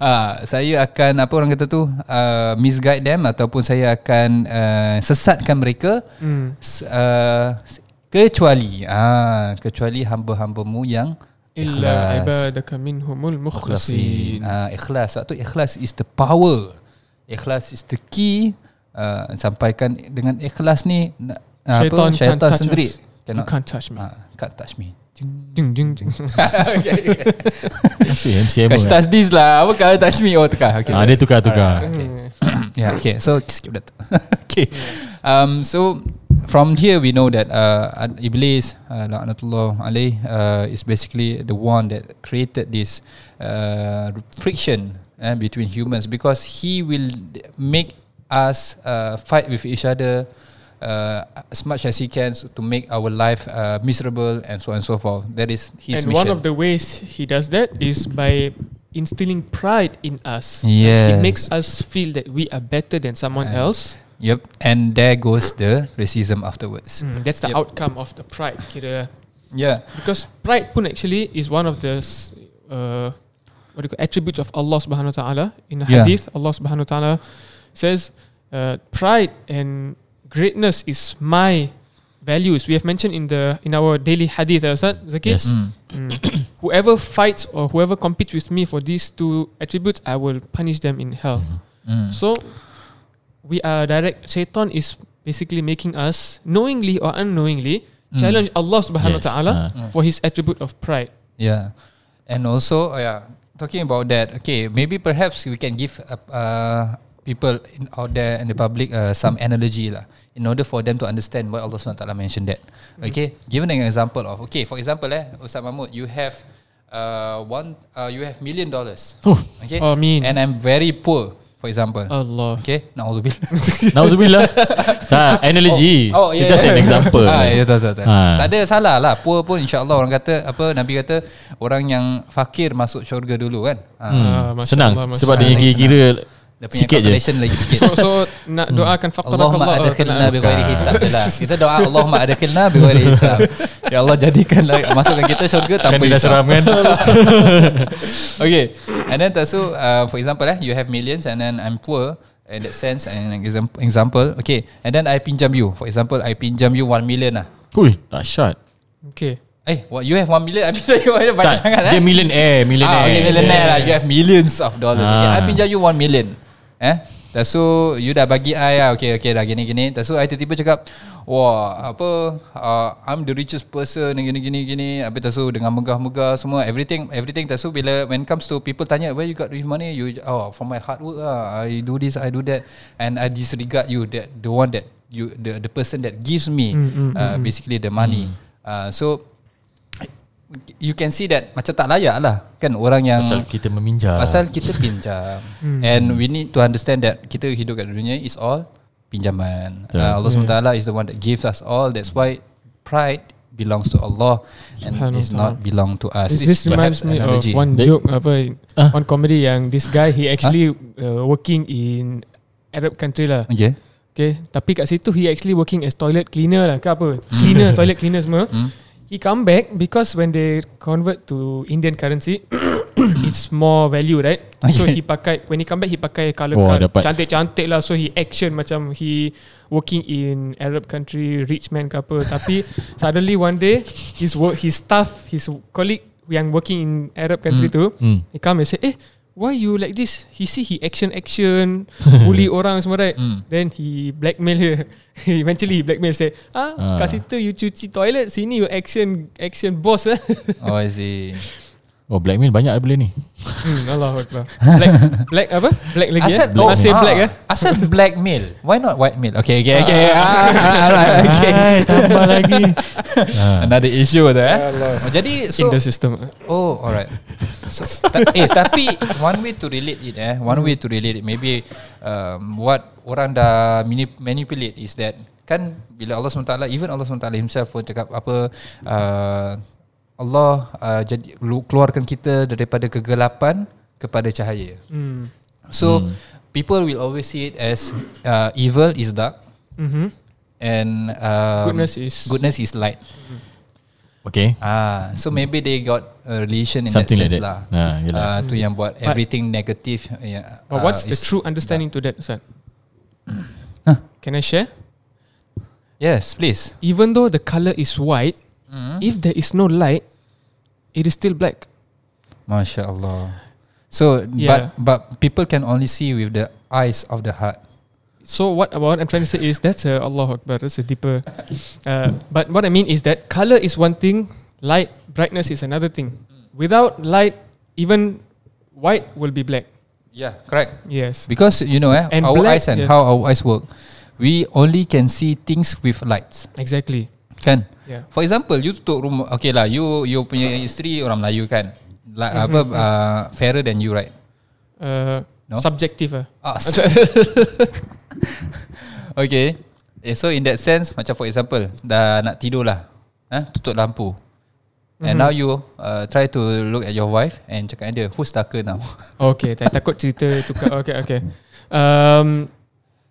Speaker 2: ah, saya akan apa orang kata tu uh, misguide them ataupun saya akan uh, sesatkan mereka
Speaker 3: Mm.
Speaker 2: s- uh, kecuali ah kecuali hamba-hambamu yang
Speaker 3: Illa
Speaker 2: ikhlas.
Speaker 3: ibadaka minhumul
Speaker 2: Ikhlasin.
Speaker 3: mukhlasin.
Speaker 2: Ah, ikhlas. Sebab tu ikhlas is the power. Ikhlas is the key. Ah, sampaikan dengan ikhlas ni na- ah,
Speaker 3: Syaitan
Speaker 2: apa
Speaker 3: can't
Speaker 2: syaitan
Speaker 3: touch
Speaker 2: sendiri
Speaker 3: us. You
Speaker 2: cannot
Speaker 3: can't touch me.
Speaker 2: ah, can't touch me.
Speaker 3: Ding, ding, ding.
Speaker 2: okay, okay.
Speaker 1: Asyik MCM
Speaker 2: Kau
Speaker 1: kan?
Speaker 2: touch this lah Apa kalau touch me Oh tukar okay,
Speaker 1: Ah,
Speaker 2: sorry.
Speaker 1: dia tukar-tukar
Speaker 3: Mm.
Speaker 2: Yeah okay So skip that Okay um, So From here we know that uh, Iblis uh, La'natullah alaih uh, Is basically the one that created this uh, Friction uh, Between humans Because he will Make us uh, Fight with each other uh, as much as he can so to make our life uh, miserable and so on and so forth. That is his
Speaker 3: and
Speaker 2: mission.
Speaker 3: one of the ways he does that is by instilling pride in us.
Speaker 2: yes.
Speaker 3: It makes us feel that we are better than someone
Speaker 2: And-
Speaker 3: else.
Speaker 2: Yep, and there goes the racism afterwards.
Speaker 3: Mm, that's the
Speaker 2: Yep.
Speaker 3: outcome of the pride, kira.
Speaker 2: Yeah,
Speaker 3: Because pride pun actually is one of the s- uh, what do you call, attributes of Allah subhanahu wa ta'ala. In the
Speaker 2: Yeah.
Speaker 3: hadith, Allah subhanahu wa ta'ala says, uh, pride and greatness is my values. We have mentioned in the in our daily hadith, uh, Ustaz Zaki.
Speaker 1: Yes.
Speaker 2: Mm.
Speaker 3: Mm. whoever fights or whoever competes with me for these two attributes, I will punish them in hell.
Speaker 2: Mm.
Speaker 3: So we are direct. Shaitan is basically making us knowingly or unknowingly
Speaker 2: Mm.
Speaker 3: challenge Allah Subhanahu
Speaker 1: Yes,
Speaker 3: Wa Taala
Speaker 1: ah.
Speaker 2: Mm.
Speaker 3: for His attribute of pride.
Speaker 2: yeah, and also uh, yeah, talking about that. Okay, maybe perhaps we can give uh, uh, people in, out there in the public uh, some analogy lah, in order for them to understand why Allah SWT mentioned that.
Speaker 3: Mm-hmm.
Speaker 2: Okay, given an example of okay, for example, eh, Ustaz Mahmud, you have uh, one, uh, you have million dollars.
Speaker 1: Oh.
Speaker 2: Okay,
Speaker 3: I mean, Oh.
Speaker 2: and I'm very poor, for example.
Speaker 3: Allah.
Speaker 2: Okay, nauzubillah.
Speaker 1: Nauzubillah ha, Analogy
Speaker 2: Oh, oh, yeah,
Speaker 1: It's just
Speaker 2: yeah.
Speaker 1: an example
Speaker 2: ah, ya, tak, tak, tak.
Speaker 1: Ah.
Speaker 2: tak ada salah lah. Poor pun insyaAllah orang kata, apa Nabi kata, orang yang fakir masuk syurga dulu kan. Ah,
Speaker 3: Ah,
Speaker 1: hmm.
Speaker 3: Masya
Speaker 1: Senang
Speaker 3: Allah, Masya
Speaker 1: Sebab
Speaker 3: Allah.
Speaker 1: dia kira-kira
Speaker 2: Dia punya
Speaker 1: Sikit je
Speaker 2: calculation lagi sikit.
Speaker 3: So, so nak doakan faqadak
Speaker 2: Allahumma
Speaker 3: Allah.
Speaker 2: adkhilna bi
Speaker 3: Ta'ala.
Speaker 1: Ah.
Speaker 2: ghairi hisab je lah. Kita doa Allahumma adkhilna bi ghairi hisab. Ya Allah jadikanlah masukkan kita syurga
Speaker 1: Kan
Speaker 2: tanpa
Speaker 1: dia dah
Speaker 2: hisab.
Speaker 1: seram kan
Speaker 2: okay. And then so uh, for example eh, you have millions and then I'm poor in that sense and an exam- example okay and then I pinjam you for example I pinjam you 1 million lah
Speaker 1: Ui tak shot
Speaker 3: Okay.
Speaker 2: eh what, you have 1 million I pinjam you banyak
Speaker 1: tak,
Speaker 2: sangat eh
Speaker 1: Dia millionaire Millionaire
Speaker 2: Ah, okay, millionaire
Speaker 1: Yeah.
Speaker 2: lah. You have millions of dollars. Okay,
Speaker 1: Ah.
Speaker 2: I pinjam you one million. Eh? Lepas tu You dah bagi I lah Okay okay dah gini gini Lepas tu I tiba-tiba cakap Wah apa uh, I'm the richest person Gini gini gini Habis lepas tu Dengan megah-megah semua Everything Everything Lepas tu bila When comes to people tanya Where you got rich money You oh, From my hard work lah I do this I do that And I disregard you that The one that you The the person that gives me uh, Basically the money
Speaker 1: Mm.
Speaker 2: uh, So You can see that Macam tak layak lah Kan orang yang
Speaker 1: Pasal kita
Speaker 3: Ah.
Speaker 1: meminjam
Speaker 2: Pasal kita pinjam
Speaker 3: Hmm.
Speaker 2: And we need to understand that Kita hidup kat dunia Is all pinjaman
Speaker 1: Betul.
Speaker 2: yeah.
Speaker 3: Ya.
Speaker 2: uh, Allah SWT is the one that gives us all That's why pride belongs to Allah And
Speaker 3: Subhanahu
Speaker 2: is not
Speaker 3: wa ta'ala.
Speaker 2: belong to us
Speaker 3: This, this
Speaker 2: perhaps
Speaker 3: reminds me of
Speaker 2: analogy.
Speaker 3: one
Speaker 1: They-
Speaker 3: joke apa
Speaker 1: Ah.
Speaker 3: on comedy yang this guy he actually uh, working in Arab country lah.
Speaker 2: Okay
Speaker 3: Okay, tapi kat situ he actually working as toilet cleaner lah ke apa. Cleaner, toilet cleaner semua.
Speaker 2: Hmm.
Speaker 3: He come back because when they convert to Indian currency, it's more value, right? So
Speaker 2: Okay.
Speaker 3: he pakai when he come back he pakai color
Speaker 1: Oh,
Speaker 3: card
Speaker 1: dapat.
Speaker 3: cantik-cantik lah. So he action macam he working in Arab country, rich man ke apa. Tapi suddenly one day his work, his staff, his colleague yang working in Arab country tu,
Speaker 1: Hmm.
Speaker 3: he come and say, eh, why you like this? He see he action action, bully orang semua right?
Speaker 2: Hmm.
Speaker 3: Then he blackmail her. He Eventually he blackmail say, ah,
Speaker 1: Ah.
Speaker 3: ah. kat situ you cuci toilet, sini you action action boss eh.
Speaker 2: Oh I see
Speaker 1: Oh blackmail banyak ada beli ni
Speaker 3: hmm, Allah Akbar. Black, black apa? Black lagi eh?
Speaker 1: black.
Speaker 3: Masih black eh?
Speaker 2: ah, Asal black male Why not white male Okay okay okay, ah, ah, ah, okay.
Speaker 1: Hai, Tambah lagi Ah.
Speaker 2: Another issue tu eh oh, Jadi
Speaker 3: In
Speaker 2: so
Speaker 3: the system.
Speaker 2: Oh, alright. So, ta- eh, tapi one way to relate it, eh, one way to relate it, maybe um, what orang dah mani- manipulate is that kan bila Allah SWT, even Allah SWT himself pun cakap apa uh, Allah uh, jadi lu- keluarkan kita daripada kegelapan kepada cahaya.
Speaker 3: Hmm.
Speaker 2: So people will always see it as uh, evil is dark
Speaker 3: Mm-hmm.
Speaker 2: and um,
Speaker 3: Goodness is-
Speaker 2: goodness is light.
Speaker 1: Okay
Speaker 2: Ah, so maybe they got a relation in
Speaker 1: Something
Speaker 2: that
Speaker 1: like
Speaker 2: sense
Speaker 1: that
Speaker 2: lah.
Speaker 1: Ah, yelah.
Speaker 2: Ah, tu yang buat everything negative. Yeah. ah,
Speaker 3: But what's the
Speaker 2: is-
Speaker 3: true understanding to that, Ustaz?
Speaker 2: Huh.
Speaker 3: Can I share?
Speaker 2: Yes, please.
Speaker 3: Even though the color is white, if there is no light, it is still black.
Speaker 2: Masya Allah. So,
Speaker 3: Yeah.
Speaker 2: but but people can only see with the eyes of the heart.
Speaker 3: So what what I'm trying to say is that's a Allah Akbar. That's a deeper. Uh, but what I mean is that color is one thing, light brightness is another thing. Without light, even white will be black.
Speaker 2: Yeah, correct.
Speaker 3: Yes.
Speaker 2: Because you know, eh,
Speaker 3: And
Speaker 2: our
Speaker 3: black,
Speaker 2: eyes and
Speaker 3: yeah.
Speaker 2: how our eyes work, we only can see things with lights.
Speaker 3: Exactly.
Speaker 2: Kan?
Speaker 3: Yeah.
Speaker 2: For example, you tutup rumah. Okay lah, you you punya isteri orang Melayu kan. Like,
Speaker 3: Mm-hmm.
Speaker 2: apa uh, fairer than you, right?
Speaker 3: Uh,
Speaker 2: No?
Speaker 3: Subjective. ah.
Speaker 2: Ah, so- okay. Eh, so in that sense, macam for example, dah nak tidur lah, ha? tutup lampu. And now you uh, try to look at your wife and cakap dengan dia, who's darker now?
Speaker 3: Okay. tak takut cerita tukar. Okay. Okay. Um,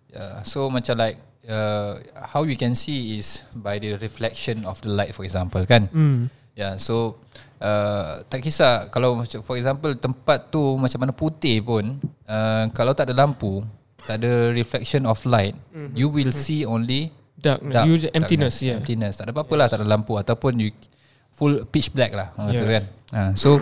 Speaker 2: Uh, so macam like, uh, how you can see is by the reflection of the light for example kan?
Speaker 3: mm,
Speaker 2: Yeah, so uh, tak kisah kalau macam for example tempat tu macam mana putih pun, uh, kalau tak ada lampu, tak ada reflection of light, mm-hmm. you will see only
Speaker 3: darkness.
Speaker 2: dark,
Speaker 3: you ju- emptiness. Yeah.
Speaker 2: emptiness. Tak ada apa-apa lah, tak ada lampu ataupun you full pitch black lah, orang kata
Speaker 3: Yeah.
Speaker 2: kan. Ha, so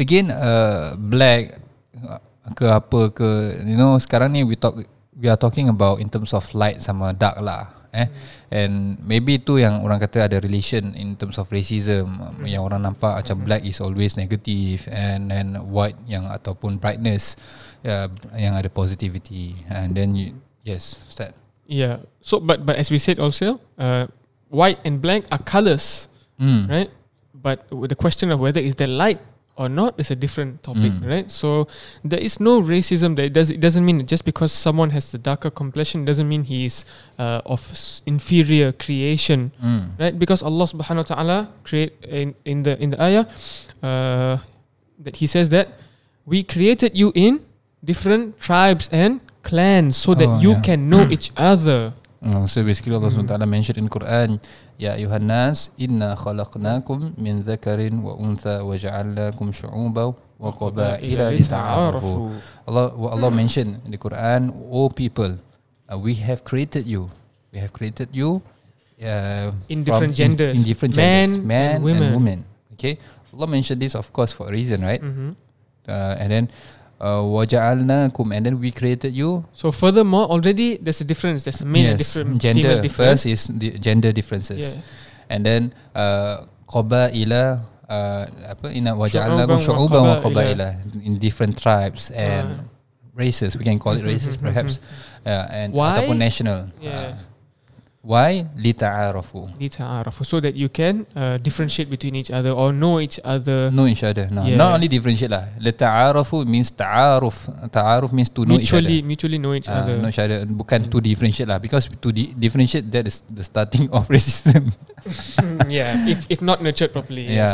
Speaker 2: again uh, black uh, ke apa ke you know sekarang ni we talk we are talking about in terms of light sama dark lah eh and maybe tu yang orang kata ada relation in terms of racism um, yang orang nampak macam black is always negative and and white yang ataupun brightness uh, yang ada positivity and then you yes start
Speaker 3: Yeah. So, but but as we said also, uh, white and black are colors,
Speaker 2: mm.
Speaker 3: right? But w- the question of whether is there light or not is a different topic,
Speaker 2: Mm.
Speaker 3: right? So there is no racism. That it does it doesn't mean just because someone has the darker complexion doesn't mean he is uh, of s- inferior creation,
Speaker 2: Mm.
Speaker 3: right? Because Allah Subhanahu wa Taala create in, in the in the ayah uh, that He says that we created you in different tribes and clans so that
Speaker 2: Oh,
Speaker 3: you
Speaker 2: yeah.
Speaker 3: can know each other.
Speaker 2: Uh, so basically Allah
Speaker 3: Mm.
Speaker 2: SWT mentioned in Quran Ya ayuhan nas inna khalaqnakum min dhakarin wa untha wa ja'alnakum syu'uba wa qabaila lita'arafu Allah wa Allah mentioned in the Quran O people uh, we have created you we have created you uh, from-
Speaker 3: In different genders.
Speaker 2: in, different
Speaker 3: Men
Speaker 2: genders
Speaker 3: and
Speaker 2: man and
Speaker 3: women.
Speaker 2: women okay Allah mentioned this of course for a reason right
Speaker 3: Mm-hmm.
Speaker 2: uh, and then uh, uh, وَجَعَلْنَاكُمْ and then we created you
Speaker 3: So furthermore, already there's a difference. There's a male
Speaker 2: Yes,
Speaker 3: difference,
Speaker 2: gender
Speaker 3: female difference.
Speaker 2: first is the gender differences
Speaker 3: Yeah.
Speaker 2: and then uh, qabaila uh, apa inna waja'alnakum
Speaker 3: Syu'uban
Speaker 2: syu'uban wa
Speaker 3: wa qabaila. Ah.
Speaker 2: qabaila in different tribes and races we can call it races perhaps uh, and
Speaker 3: Mm-hmm, Why?
Speaker 2: ataupun national Uh,
Speaker 3: Yeah.
Speaker 2: why lita'arafu
Speaker 3: Lita'arafu, so that you can uh, differentiate between each other or know each other.
Speaker 2: know each other no
Speaker 3: Yeah.
Speaker 2: not only differentiate lah lita'arafu means ta'aruf ta'aruf means to know each other
Speaker 3: mutually, mutually know each
Speaker 2: Ah,
Speaker 3: other.
Speaker 2: know each other bukan to differentiate lah because to di- differentiate that is the starting of racism
Speaker 3: Mm, yeah, if, if not nurtured properly. yes.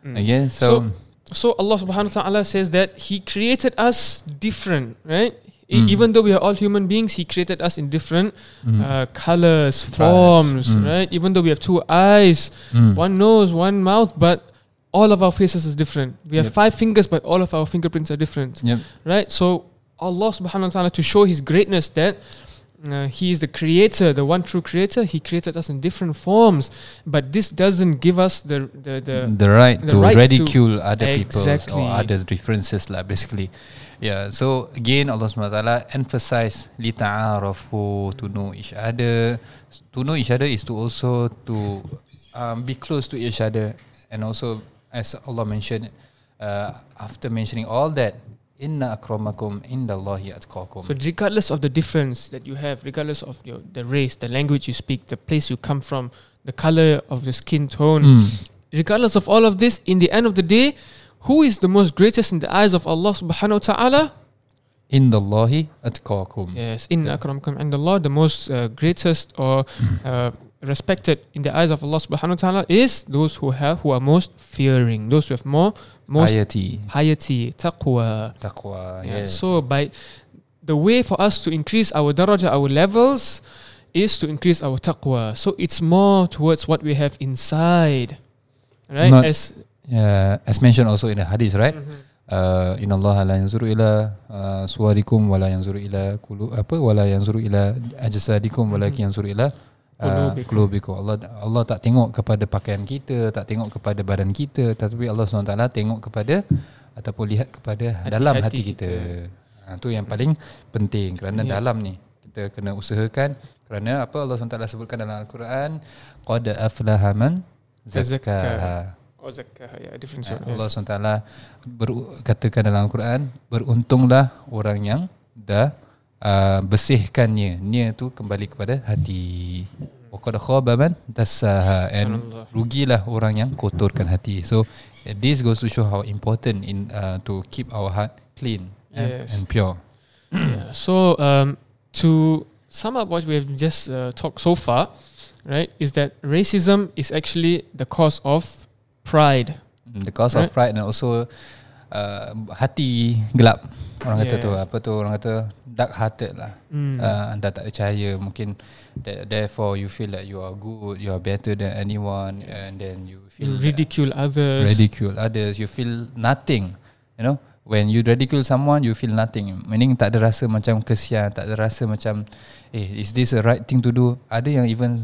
Speaker 3: Mm.
Speaker 2: yeah again
Speaker 3: So,
Speaker 2: so,
Speaker 3: so Allah subhanahu wa ta'ala says that He created us different, right? E-
Speaker 2: Mm.
Speaker 3: Even though we are all human beings, He created us in different uh, colors, forms, right? Even though we have two eyes,
Speaker 2: Mm.
Speaker 3: uh, one nose, one mouth, but all of our faces is different. We have
Speaker 2: Yep.
Speaker 3: five fingers, but all of our fingerprints are different,
Speaker 2: yep
Speaker 3: right? So Allah subhanahu wa ta'ala, to show His greatness that uh, He is the creator, the one true creator, He created us in different forms, but this doesn't give us the, the, the
Speaker 2: the right
Speaker 3: the
Speaker 2: to
Speaker 3: right to-
Speaker 2: ridicule other people
Speaker 3: Exactly.
Speaker 2: or other differences lah basically yeah so again Allah SWT emphasize lita'arafu to know each other to know each other is to also to um, be close to each other and also as Allah mentioned uh, after mentioning all that inna akramakum indallahi atqakum
Speaker 3: So regardless of the difference that you have, regardless of your the race, the language you speak, the place you come from, the color of the skin tone,
Speaker 2: Mm. Hmm.
Speaker 3: regardless of all of this, in the end of the day, who is the most greatest in the eyes of Allah subhanahu wa ta'ala?
Speaker 2: indallahi atqakum
Speaker 3: Yes, inna akramakum indallah, the most uh, greatest or uh, respected in the eyes of Allah subhanahu wa ta'ala is those who have who are most fearing, those who have more most
Speaker 2: ayati
Speaker 3: piety, taqwa.
Speaker 2: taqwa
Speaker 3: Yeah.
Speaker 2: yes.
Speaker 3: So by the way for us to increase our daraja, our levels, is to increase our taqwa. So it's more towards what we have inside, right?
Speaker 2: Not-
Speaker 3: As
Speaker 2: uh, as mentioned also in the hadith, right?
Speaker 3: Mhm.
Speaker 2: Uh, Inna Allah la yanzuru ila uh, suwarikum wala yanzuru ila kulu apa wala yanzuru ila ajsadikum walakin yanzuru ila uh,
Speaker 3: Mhm.
Speaker 2: qulubikum.
Speaker 3: Qulubikum.
Speaker 2: Allah Allah tak tengok kepada pakaian kita, tak tengok kepada badan kita, tetapi Allah SWT tengok kepada ataupun lihat kepada
Speaker 3: Hati-
Speaker 2: dalam
Speaker 3: hati
Speaker 2: hati kita. Ha, tu yang paling penting kerana
Speaker 3: Ya.
Speaker 2: dalam ni kita kena usahakan kerana apa Allah SWT sebutkan dalam Al-Quran qad aflaha man zakkaha.
Speaker 3: Tazakkaha. oh, zakah, yeah, different
Speaker 2: Ya,
Speaker 3: sort,
Speaker 2: Allah
Speaker 3: yes.
Speaker 2: SWT ber, katakan dalam Al-Quran Beruntunglah orang yang dah uh, bersihkannya Nia tu kembali kepada hati Waqad khaba man dassaha And
Speaker 3: Subhanallah.
Speaker 2: rugilah orang yang kotorkan hati So uh, this goes to show how important in uh, to keep our heart clean and,
Speaker 3: Yes.
Speaker 2: and pure
Speaker 3: Yeah. So um, to sum up what we have just uh, talked so far, right, is that racism is actually the cause of pride.
Speaker 2: Mm, The cause of pride and also uh, hati gelap orang kata tu
Speaker 3: Yes.
Speaker 2: apa tu orang kata dark hearted lah
Speaker 3: Hmm.
Speaker 2: mm. uh, anda tak ada cahaya mungkin that, therefore you feel that you are good you are better than anyone and then you feel
Speaker 3: You ridicule others.
Speaker 2: ridicule others you feel nothing you know when you ridicule someone you feel nothing meaning tak ada rasa macam kesian tak ada rasa macam eh is this the right thing to do ada yang even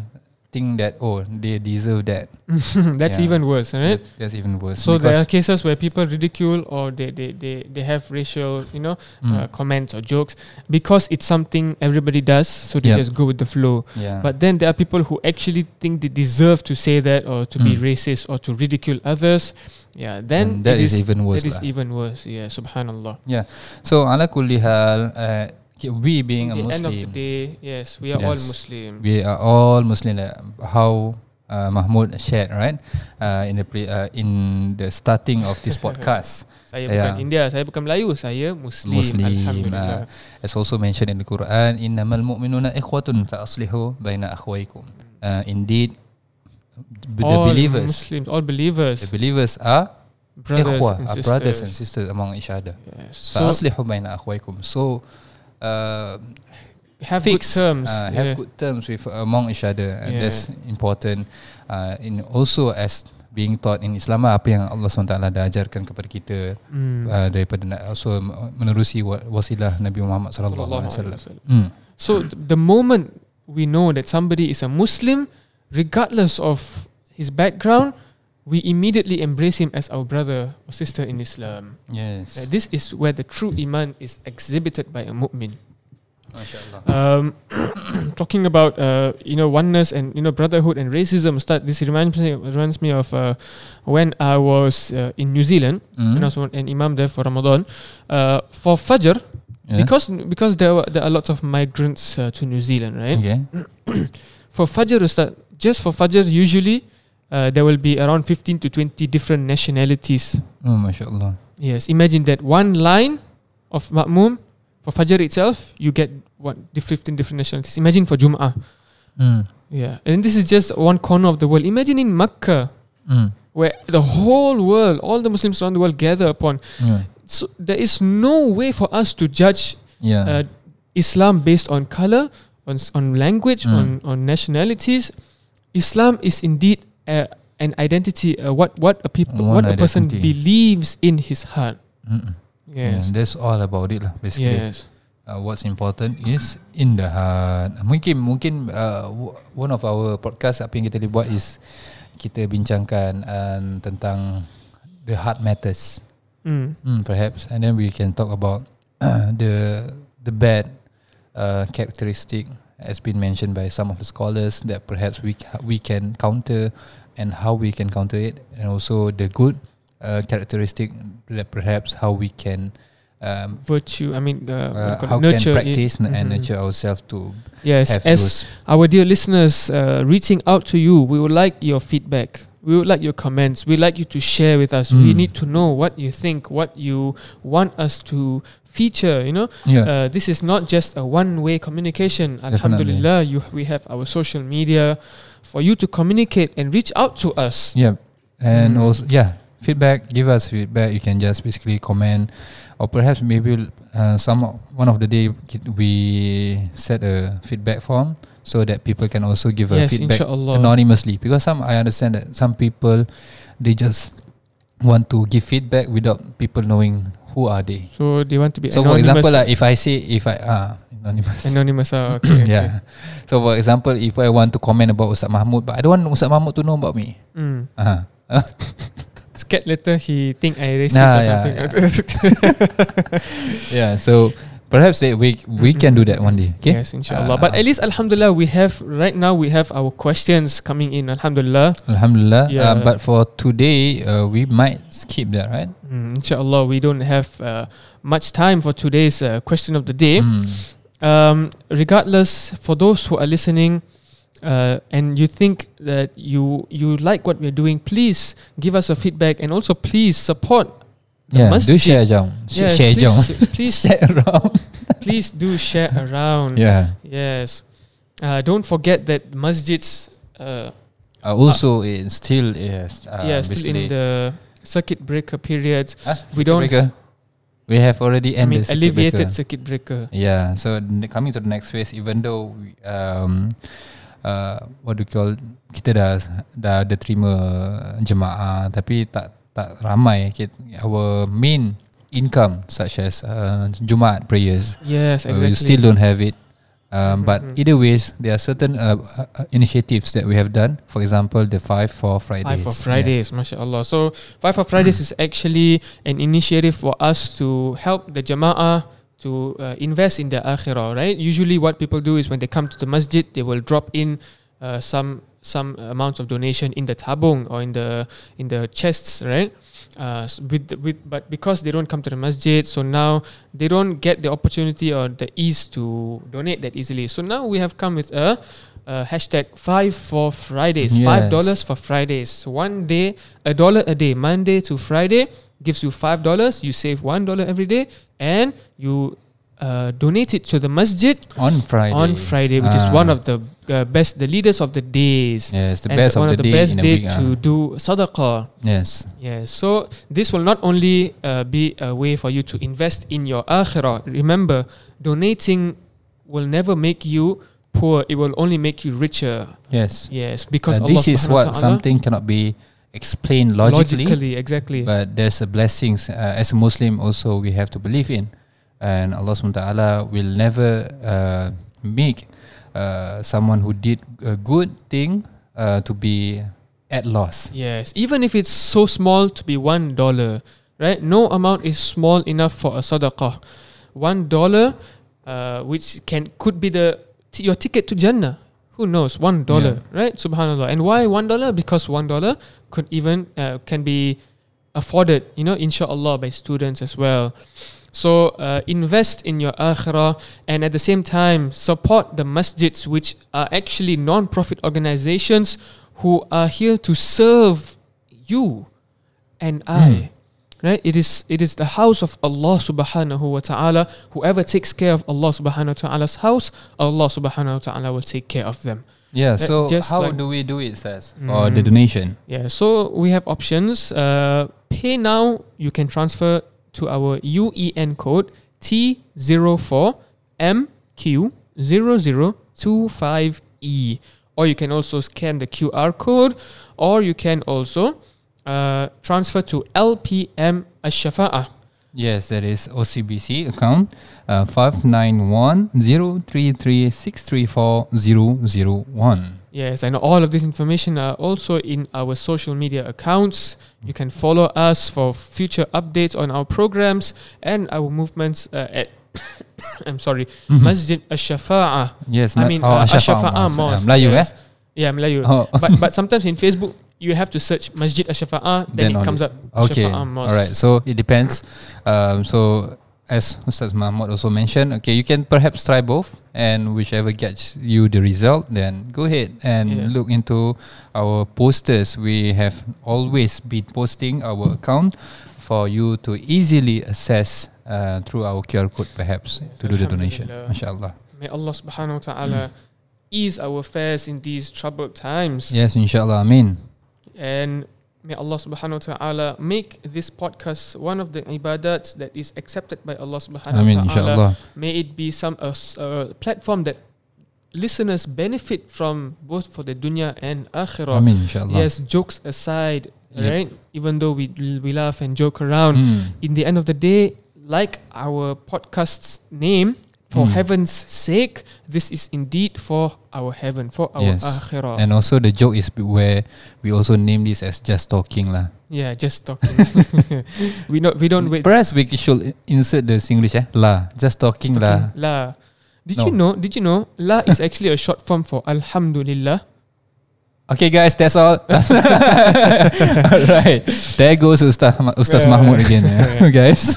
Speaker 2: think that oh they deserve that
Speaker 3: That's
Speaker 2: Yeah.
Speaker 3: even worse, right?
Speaker 2: that's, that's even worse
Speaker 3: So there are
Speaker 2: because-
Speaker 3: cases where people ridicule or they they, they, they have racial you know
Speaker 2: Hmm.
Speaker 3: uh, comments or jokes because it's something everybody does, so they
Speaker 2: Yeah.
Speaker 3: just go with the flow.
Speaker 2: yeah.
Speaker 3: But then there are people who actually think they deserve to say that or to be racist or to ridicule others. Yeah,
Speaker 2: Hmm. And
Speaker 3: then
Speaker 2: Hmm, that
Speaker 3: it
Speaker 2: is even worse
Speaker 3: That is
Speaker 2: lah.
Speaker 3: even worse. Yeah, Subhanallah.
Speaker 2: Yeah. So ala kulli hal, uh, okay, we being a
Speaker 3: At the end
Speaker 2: Muslim,
Speaker 3: of the day, yes, we are all
Speaker 2: Yes.
Speaker 3: Muslim.
Speaker 2: we are all Muslim. Like how uh, Mahmud shared right uh, in the pre, uh, in the starting of this podcast.
Speaker 3: Saya
Speaker 2: Yeah.
Speaker 3: bukan India, saya bukan Melayu, saya Muslim.
Speaker 2: Muslim, uh,
Speaker 3: Alhamdulillah.
Speaker 2: as also mentioned in the Quran, innamal mu'minuna ikhwatun fa aslihu baina akhwaykum. Uh, indeed, b- the
Speaker 3: all
Speaker 2: believers,
Speaker 3: Muslims, all
Speaker 2: the
Speaker 3: believers,
Speaker 2: believers are
Speaker 3: brothers,
Speaker 2: ikhwah,
Speaker 3: and
Speaker 2: are
Speaker 3: sisters.
Speaker 2: brothers and sisters among each other.
Speaker 3: Yeah, so-
Speaker 2: فأصلحوا بين أخويكم. So, uh,
Speaker 3: have
Speaker 2: fix,
Speaker 3: good terms.
Speaker 2: uh, have
Speaker 3: yeah.
Speaker 2: good terms with among each other and
Speaker 3: Yeah.
Speaker 2: that's important uh, in also as being taught in Islam lah, apa yang Allah SWT dah ajarkan kepada kita
Speaker 3: Mm.
Speaker 2: uh, daripada na- also menerusi wa- wasilah Nabi Muhammad sallallahu alaihi wasallam. Hmm.
Speaker 3: So th- the moment we know that somebody is a Muslim, regardless of his background, we immediately embrace him as our brother or sister in Islam. Uh,
Speaker 2: Yes.
Speaker 3: this is where the true iman is exhibited by a mu'min.
Speaker 2: MashaAllah.
Speaker 3: Um, talking about uh, you know oneness and you know brotherhood and racism. Start. This reminds me reminds me of uh, when I was uh, in New Zealand
Speaker 2: Mm.
Speaker 3: and I was an imam there for Ramadan. Uh, for Fajr,
Speaker 2: Yeah.
Speaker 3: because because there were, there are lots of migrants uh, to New Zealand, right?
Speaker 2: okay.
Speaker 3: For Fajr, Ustad, just for Fajr, usually uh, there will be around 15 to 20 different nationalities.
Speaker 2: Oh, mashaAllah.
Speaker 3: Yes, imagine that one line of Ma'mum for Fajr itself, you get what the 15 different nationalities. Imagine for Jum'ah.
Speaker 2: Mm.
Speaker 3: Yeah, and this is just one corner of the world. Imagine in Makkah,
Speaker 2: Mm.
Speaker 3: where the whole world, all the Muslims around the world gather upon.
Speaker 2: Yeah.
Speaker 3: So there is no way for us to judge
Speaker 2: Yeah.
Speaker 3: uh, Islam based on color, on s- on language,
Speaker 2: Mm.
Speaker 3: on on nationalities. Islam is indeed uh, an identity. Uh, what what a people,
Speaker 2: One
Speaker 3: what a person
Speaker 2: identity.
Speaker 3: believes in his heart.
Speaker 2: Mm. Yeah,
Speaker 3: Yes.
Speaker 2: that's all about it lah basically.
Speaker 3: Yes.
Speaker 2: Uh, what's important is in the heart. Mungkin mungkin uh, w- one of our podcast apa yang kita boleh buat is kita bincangkan uh, tentang the heart matters.
Speaker 3: Mm.
Speaker 2: Mm, perhaps, and then we can talk about the the bad uh, characteristic has been mentioned by some of the scholars that perhaps we ca- we can counter and how we can counter it, and also the good uh, characteristic that perhaps how we can um,
Speaker 3: Virtue. I mean, uh,
Speaker 2: uh,
Speaker 3: what do you call it?
Speaker 2: how
Speaker 3: nurture.
Speaker 2: can
Speaker 3: it.
Speaker 2: practice n- and
Speaker 3: Mhm.
Speaker 2: nurture ourselves to
Speaker 3: Yes.
Speaker 2: have
Speaker 3: As
Speaker 2: those.
Speaker 3: our dear listeners uh, reaching out to you we would like your feedback we would like your comments we'd like you to share with us we
Speaker 2: Mm.
Speaker 3: need to know what you think what you want us to feature you know
Speaker 2: Yeah,
Speaker 3: uh, this is not just a one way communication alhamdulillah you, we have our social media for you to communicate and reach out to us
Speaker 2: yeah, and
Speaker 3: Mm.
Speaker 2: also yeah. Feedback, give us feedback. You can just basically comment, or perhaps maybe uh, some one of the day kit- we set a feedback form so that people can also give a
Speaker 3: yes
Speaker 2: feedback
Speaker 3: insha'Allah.
Speaker 2: anonymously. Because some I understand that some people they just want to give feedback without people knowing who are they.
Speaker 3: so they want to be
Speaker 2: So for
Speaker 3: anonymous
Speaker 2: example, uh, lah, if I say if I ah anonymous,
Speaker 3: anonymous ah, okay, okay.
Speaker 2: yeah. So for example, if I want to comment about Ustaz Mahmud, but I don't want Ustaz Mahmud to know about me.
Speaker 3: Mm.
Speaker 2: Uh-huh.
Speaker 3: scared later he think I racist
Speaker 2: Nah,
Speaker 3: or
Speaker 2: yeah,
Speaker 3: something
Speaker 2: Yeah, so perhaps eh, we we can do that one day. Okay.
Speaker 3: Yes, inshallah.
Speaker 2: Uh,
Speaker 3: but at least, alhamdulillah, we have right now we have our questions coming in. Alhamdulillah,
Speaker 2: Alhamdulillah. Uh,
Speaker 3: Yeah.
Speaker 2: but for today, uh, we might skip that, right?
Speaker 3: Mm, inshallah, we don't have uh, much time for today's uh, question of the day.
Speaker 2: Mm.
Speaker 3: Um, regardless, for those who are listening. Uh, and you think that you you like what we're doing? Please give us your feedback, and also please support.
Speaker 2: Yeah, do
Speaker 3: masjid.
Speaker 2: share jom. Sh-
Speaker 3: Yes,
Speaker 2: share jom.
Speaker 3: please, please,
Speaker 2: share around.
Speaker 3: please do share around.
Speaker 2: Yeah.
Speaker 3: Yes, uh, don't forget that masjids uh,
Speaker 2: Uh, also, it's still yes. Uh,
Speaker 3: yeah, still in
Speaker 2: basically-
Speaker 3: the circuit breaker period.
Speaker 2: Huh?
Speaker 3: we don't-
Speaker 2: Circuit breaker? We have already
Speaker 3: I
Speaker 2: ended.
Speaker 3: mean,
Speaker 2: circuit
Speaker 3: alleviated
Speaker 2: breaker.
Speaker 3: circuit breaker.
Speaker 2: Yeah. So n- coming to the next phase, even though we, um, uh, what do you call kita dah dah ada terima jemaah tapi tak tak ramai kita, our main income such as uh, Jumaat prayers
Speaker 3: Yes,
Speaker 2: uh,
Speaker 3: exactly.
Speaker 2: we still don't have it um,
Speaker 3: Mhm,
Speaker 2: but
Speaker 3: mhm.
Speaker 2: either ways there are certain uh, uh, uh, initiatives that we have done for example the five for Fridays
Speaker 3: Five for Fridays, mashallah. So Five for Fridays is actually an initiative for us to help the Jama'ah to uh, invest in their akhirah, right? Usually, what people do is when they come to the masjid, they will drop in uh, some some amount of donation in the tabung or in the in the chests, right? Uh, s- with, the- with but because they don't come to the masjid, so now they don't get the opportunity or the ease to donate that easily. So now we have come with a, uh hashtag five for Fridays, five dollars for Fridays. So one day, a dollar a day, Monday to Friday gives you five dollars. You save one dollar every day, and you uh, donate it to the masjid
Speaker 2: Yes. on Friday
Speaker 3: on Friday, which is
Speaker 2: Ah.
Speaker 3: one of the uh, best, the leaders of the days.
Speaker 2: yes the
Speaker 3: and
Speaker 2: best
Speaker 3: one
Speaker 2: of the, day
Speaker 3: best
Speaker 2: in a
Speaker 3: day
Speaker 2: week ah.
Speaker 3: to do sadaqah.
Speaker 2: yes
Speaker 3: Yes, so this will not only uh, be a way for you to invest in your akhirah. Remember, donating will never make you poor; it will only make you richer.
Speaker 2: yes
Speaker 3: Yes, because
Speaker 2: Uh,
Speaker 3: Allah
Speaker 2: this is
Speaker 3: Subhanahu wa
Speaker 2: what
Speaker 3: Ta'ala-
Speaker 2: something cannot be explained logically,
Speaker 3: exactly.
Speaker 2: but there's a blessings uh, as a Muslim also we have to believe in, and Allah Subhanahu Wa Taala will never uh, make uh, someone who did a good thing uh, to be at loss.
Speaker 3: Yes, even if it's so small to be one dollar, right? No amount is small enough for a sadaqah. One dollar, uh, which can could be the t- your ticket to Jannah. Who knows? One dollar, right? Subhanallah. And why one dollar? Because one dollar could even uh, can be afforded, you know, inshallah, by students as well. So uh, invest in your akhirah and at the same time support the masjids, which are actually non-profit organizations who are here to serve you and I. Right? It is it is the house of Allah subhanahu wa ta'ala. Whoever takes care of Allah subhanahu wa ta'ala's house, Allah subhanahu wa ta'ala will take care of them.
Speaker 2: Yeah,
Speaker 3: That-
Speaker 2: so
Speaker 3: just
Speaker 2: how
Speaker 3: like- Mm.
Speaker 2: do we do it, Saz? Or the donation?
Speaker 3: Yeah, so we have options. Uh, pay now, you can transfer to our UEN code T04MQ0025E. E. Or you can also scan the QR code, or you can also uh, transfer to LPM Ashafa'ah.
Speaker 2: Yes, that is OCBC account uh, 591-033-634-001.
Speaker 3: Yes, and all of this information are also in our social media accounts. You can follow us for future updates on our programs and our movements uh, at I'm sorry,
Speaker 2: Mm-hmm.
Speaker 3: Masjid Ash-Shafa'ah.
Speaker 2: Yes,
Speaker 3: I
Speaker 2: ma-
Speaker 3: mean,
Speaker 2: oh,
Speaker 3: uh,
Speaker 2: Ashafa'ah
Speaker 3: Ashafa'ah
Speaker 2: Mosque.
Speaker 3: Mosque.
Speaker 2: Uh, Melayu,
Speaker 3: yes.
Speaker 2: eh?
Speaker 3: Yeah, Melayu.
Speaker 2: Oh.
Speaker 3: But but sometimes in Facebook you have to search Masjid Ash-Shafa'ah then,
Speaker 2: Then
Speaker 3: it
Speaker 2: only.
Speaker 3: comes up
Speaker 2: Okay.
Speaker 3: Shafa'ah Mosque.
Speaker 2: All right. So it depends. Um, so as Ustaz Mahmud also mentioned, okay, you can perhaps try both, and whichever gets you the result, then go ahead and
Speaker 3: Yeah.
Speaker 2: look into our posters. We have always been posting our account for you to easily access uh, through our QR code, perhaps to do the donation.
Speaker 3: Alhamdulillah.
Speaker 2: Inshallah.
Speaker 3: May Allah subhanahu wa ta'ala
Speaker 2: Mm.
Speaker 3: ease our affairs in these troubled times.
Speaker 2: Yes, inshallah. Amin.
Speaker 3: And may Allah subhanahu wa ta'ala make this podcast one of the ibadats that is accepted by Allah subhanahu
Speaker 2: Amin.
Speaker 3: wa ta'ala.
Speaker 2: Inshallah.
Speaker 3: May it be some a s- a platform that listeners benefit from both for the dunya and akhirah.
Speaker 2: Amin. Inshallah.
Speaker 3: Yes, jokes aside,
Speaker 2: Yep.
Speaker 3: right? Even though we we laugh and joke around,
Speaker 2: Mm.
Speaker 3: in the end of the day, like our podcast's name, for
Speaker 2: Mm.
Speaker 3: heaven's sake, this is indeed for our heaven, for our
Speaker 2: Yes.
Speaker 3: akhirah.
Speaker 2: And also the joke is where we also name this as just talking lah.
Speaker 3: Yeah, just talking. we not we don't wait.
Speaker 2: Perhaps we should insert the Singlish eh? La. Just talking lah.
Speaker 3: La.
Speaker 2: No.
Speaker 3: Did you know? Did you know? La is actually a short form for Alhamdulillah.
Speaker 2: Okay guys, that's all. Alright. There goes Ustaz, Ma- Ustaz
Speaker 3: Yeah.
Speaker 2: Mahmud again. eh, guys.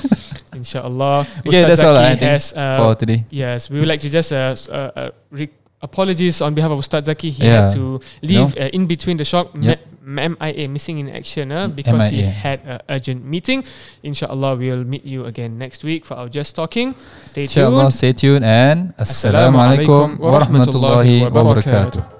Speaker 3: Insha'Allah.
Speaker 2: Okay,
Speaker 3: Ustaz
Speaker 2: that's all
Speaker 3: Zaki
Speaker 2: I think
Speaker 3: has, uh,
Speaker 2: For today.
Speaker 3: yes, we would like to just uh, s- uh, uh, re- apologies on behalf of Ustaz Zaki. He had
Speaker 2: Yeah.
Speaker 3: to leave uh, in between the shock.
Speaker 2: Yep.
Speaker 3: M- MIA missing in action uh,
Speaker 2: Mm,
Speaker 3: because he
Speaker 2: MIA.
Speaker 3: had an urgent meeting. Insha'Allah, we'll meet you again next week for our Just Talking. Stay tuned.
Speaker 2: Inshallah, stay tuned and Assalamualaikum
Speaker 3: Assalamualaikum
Speaker 2: warahmatullahi wabarakatuh.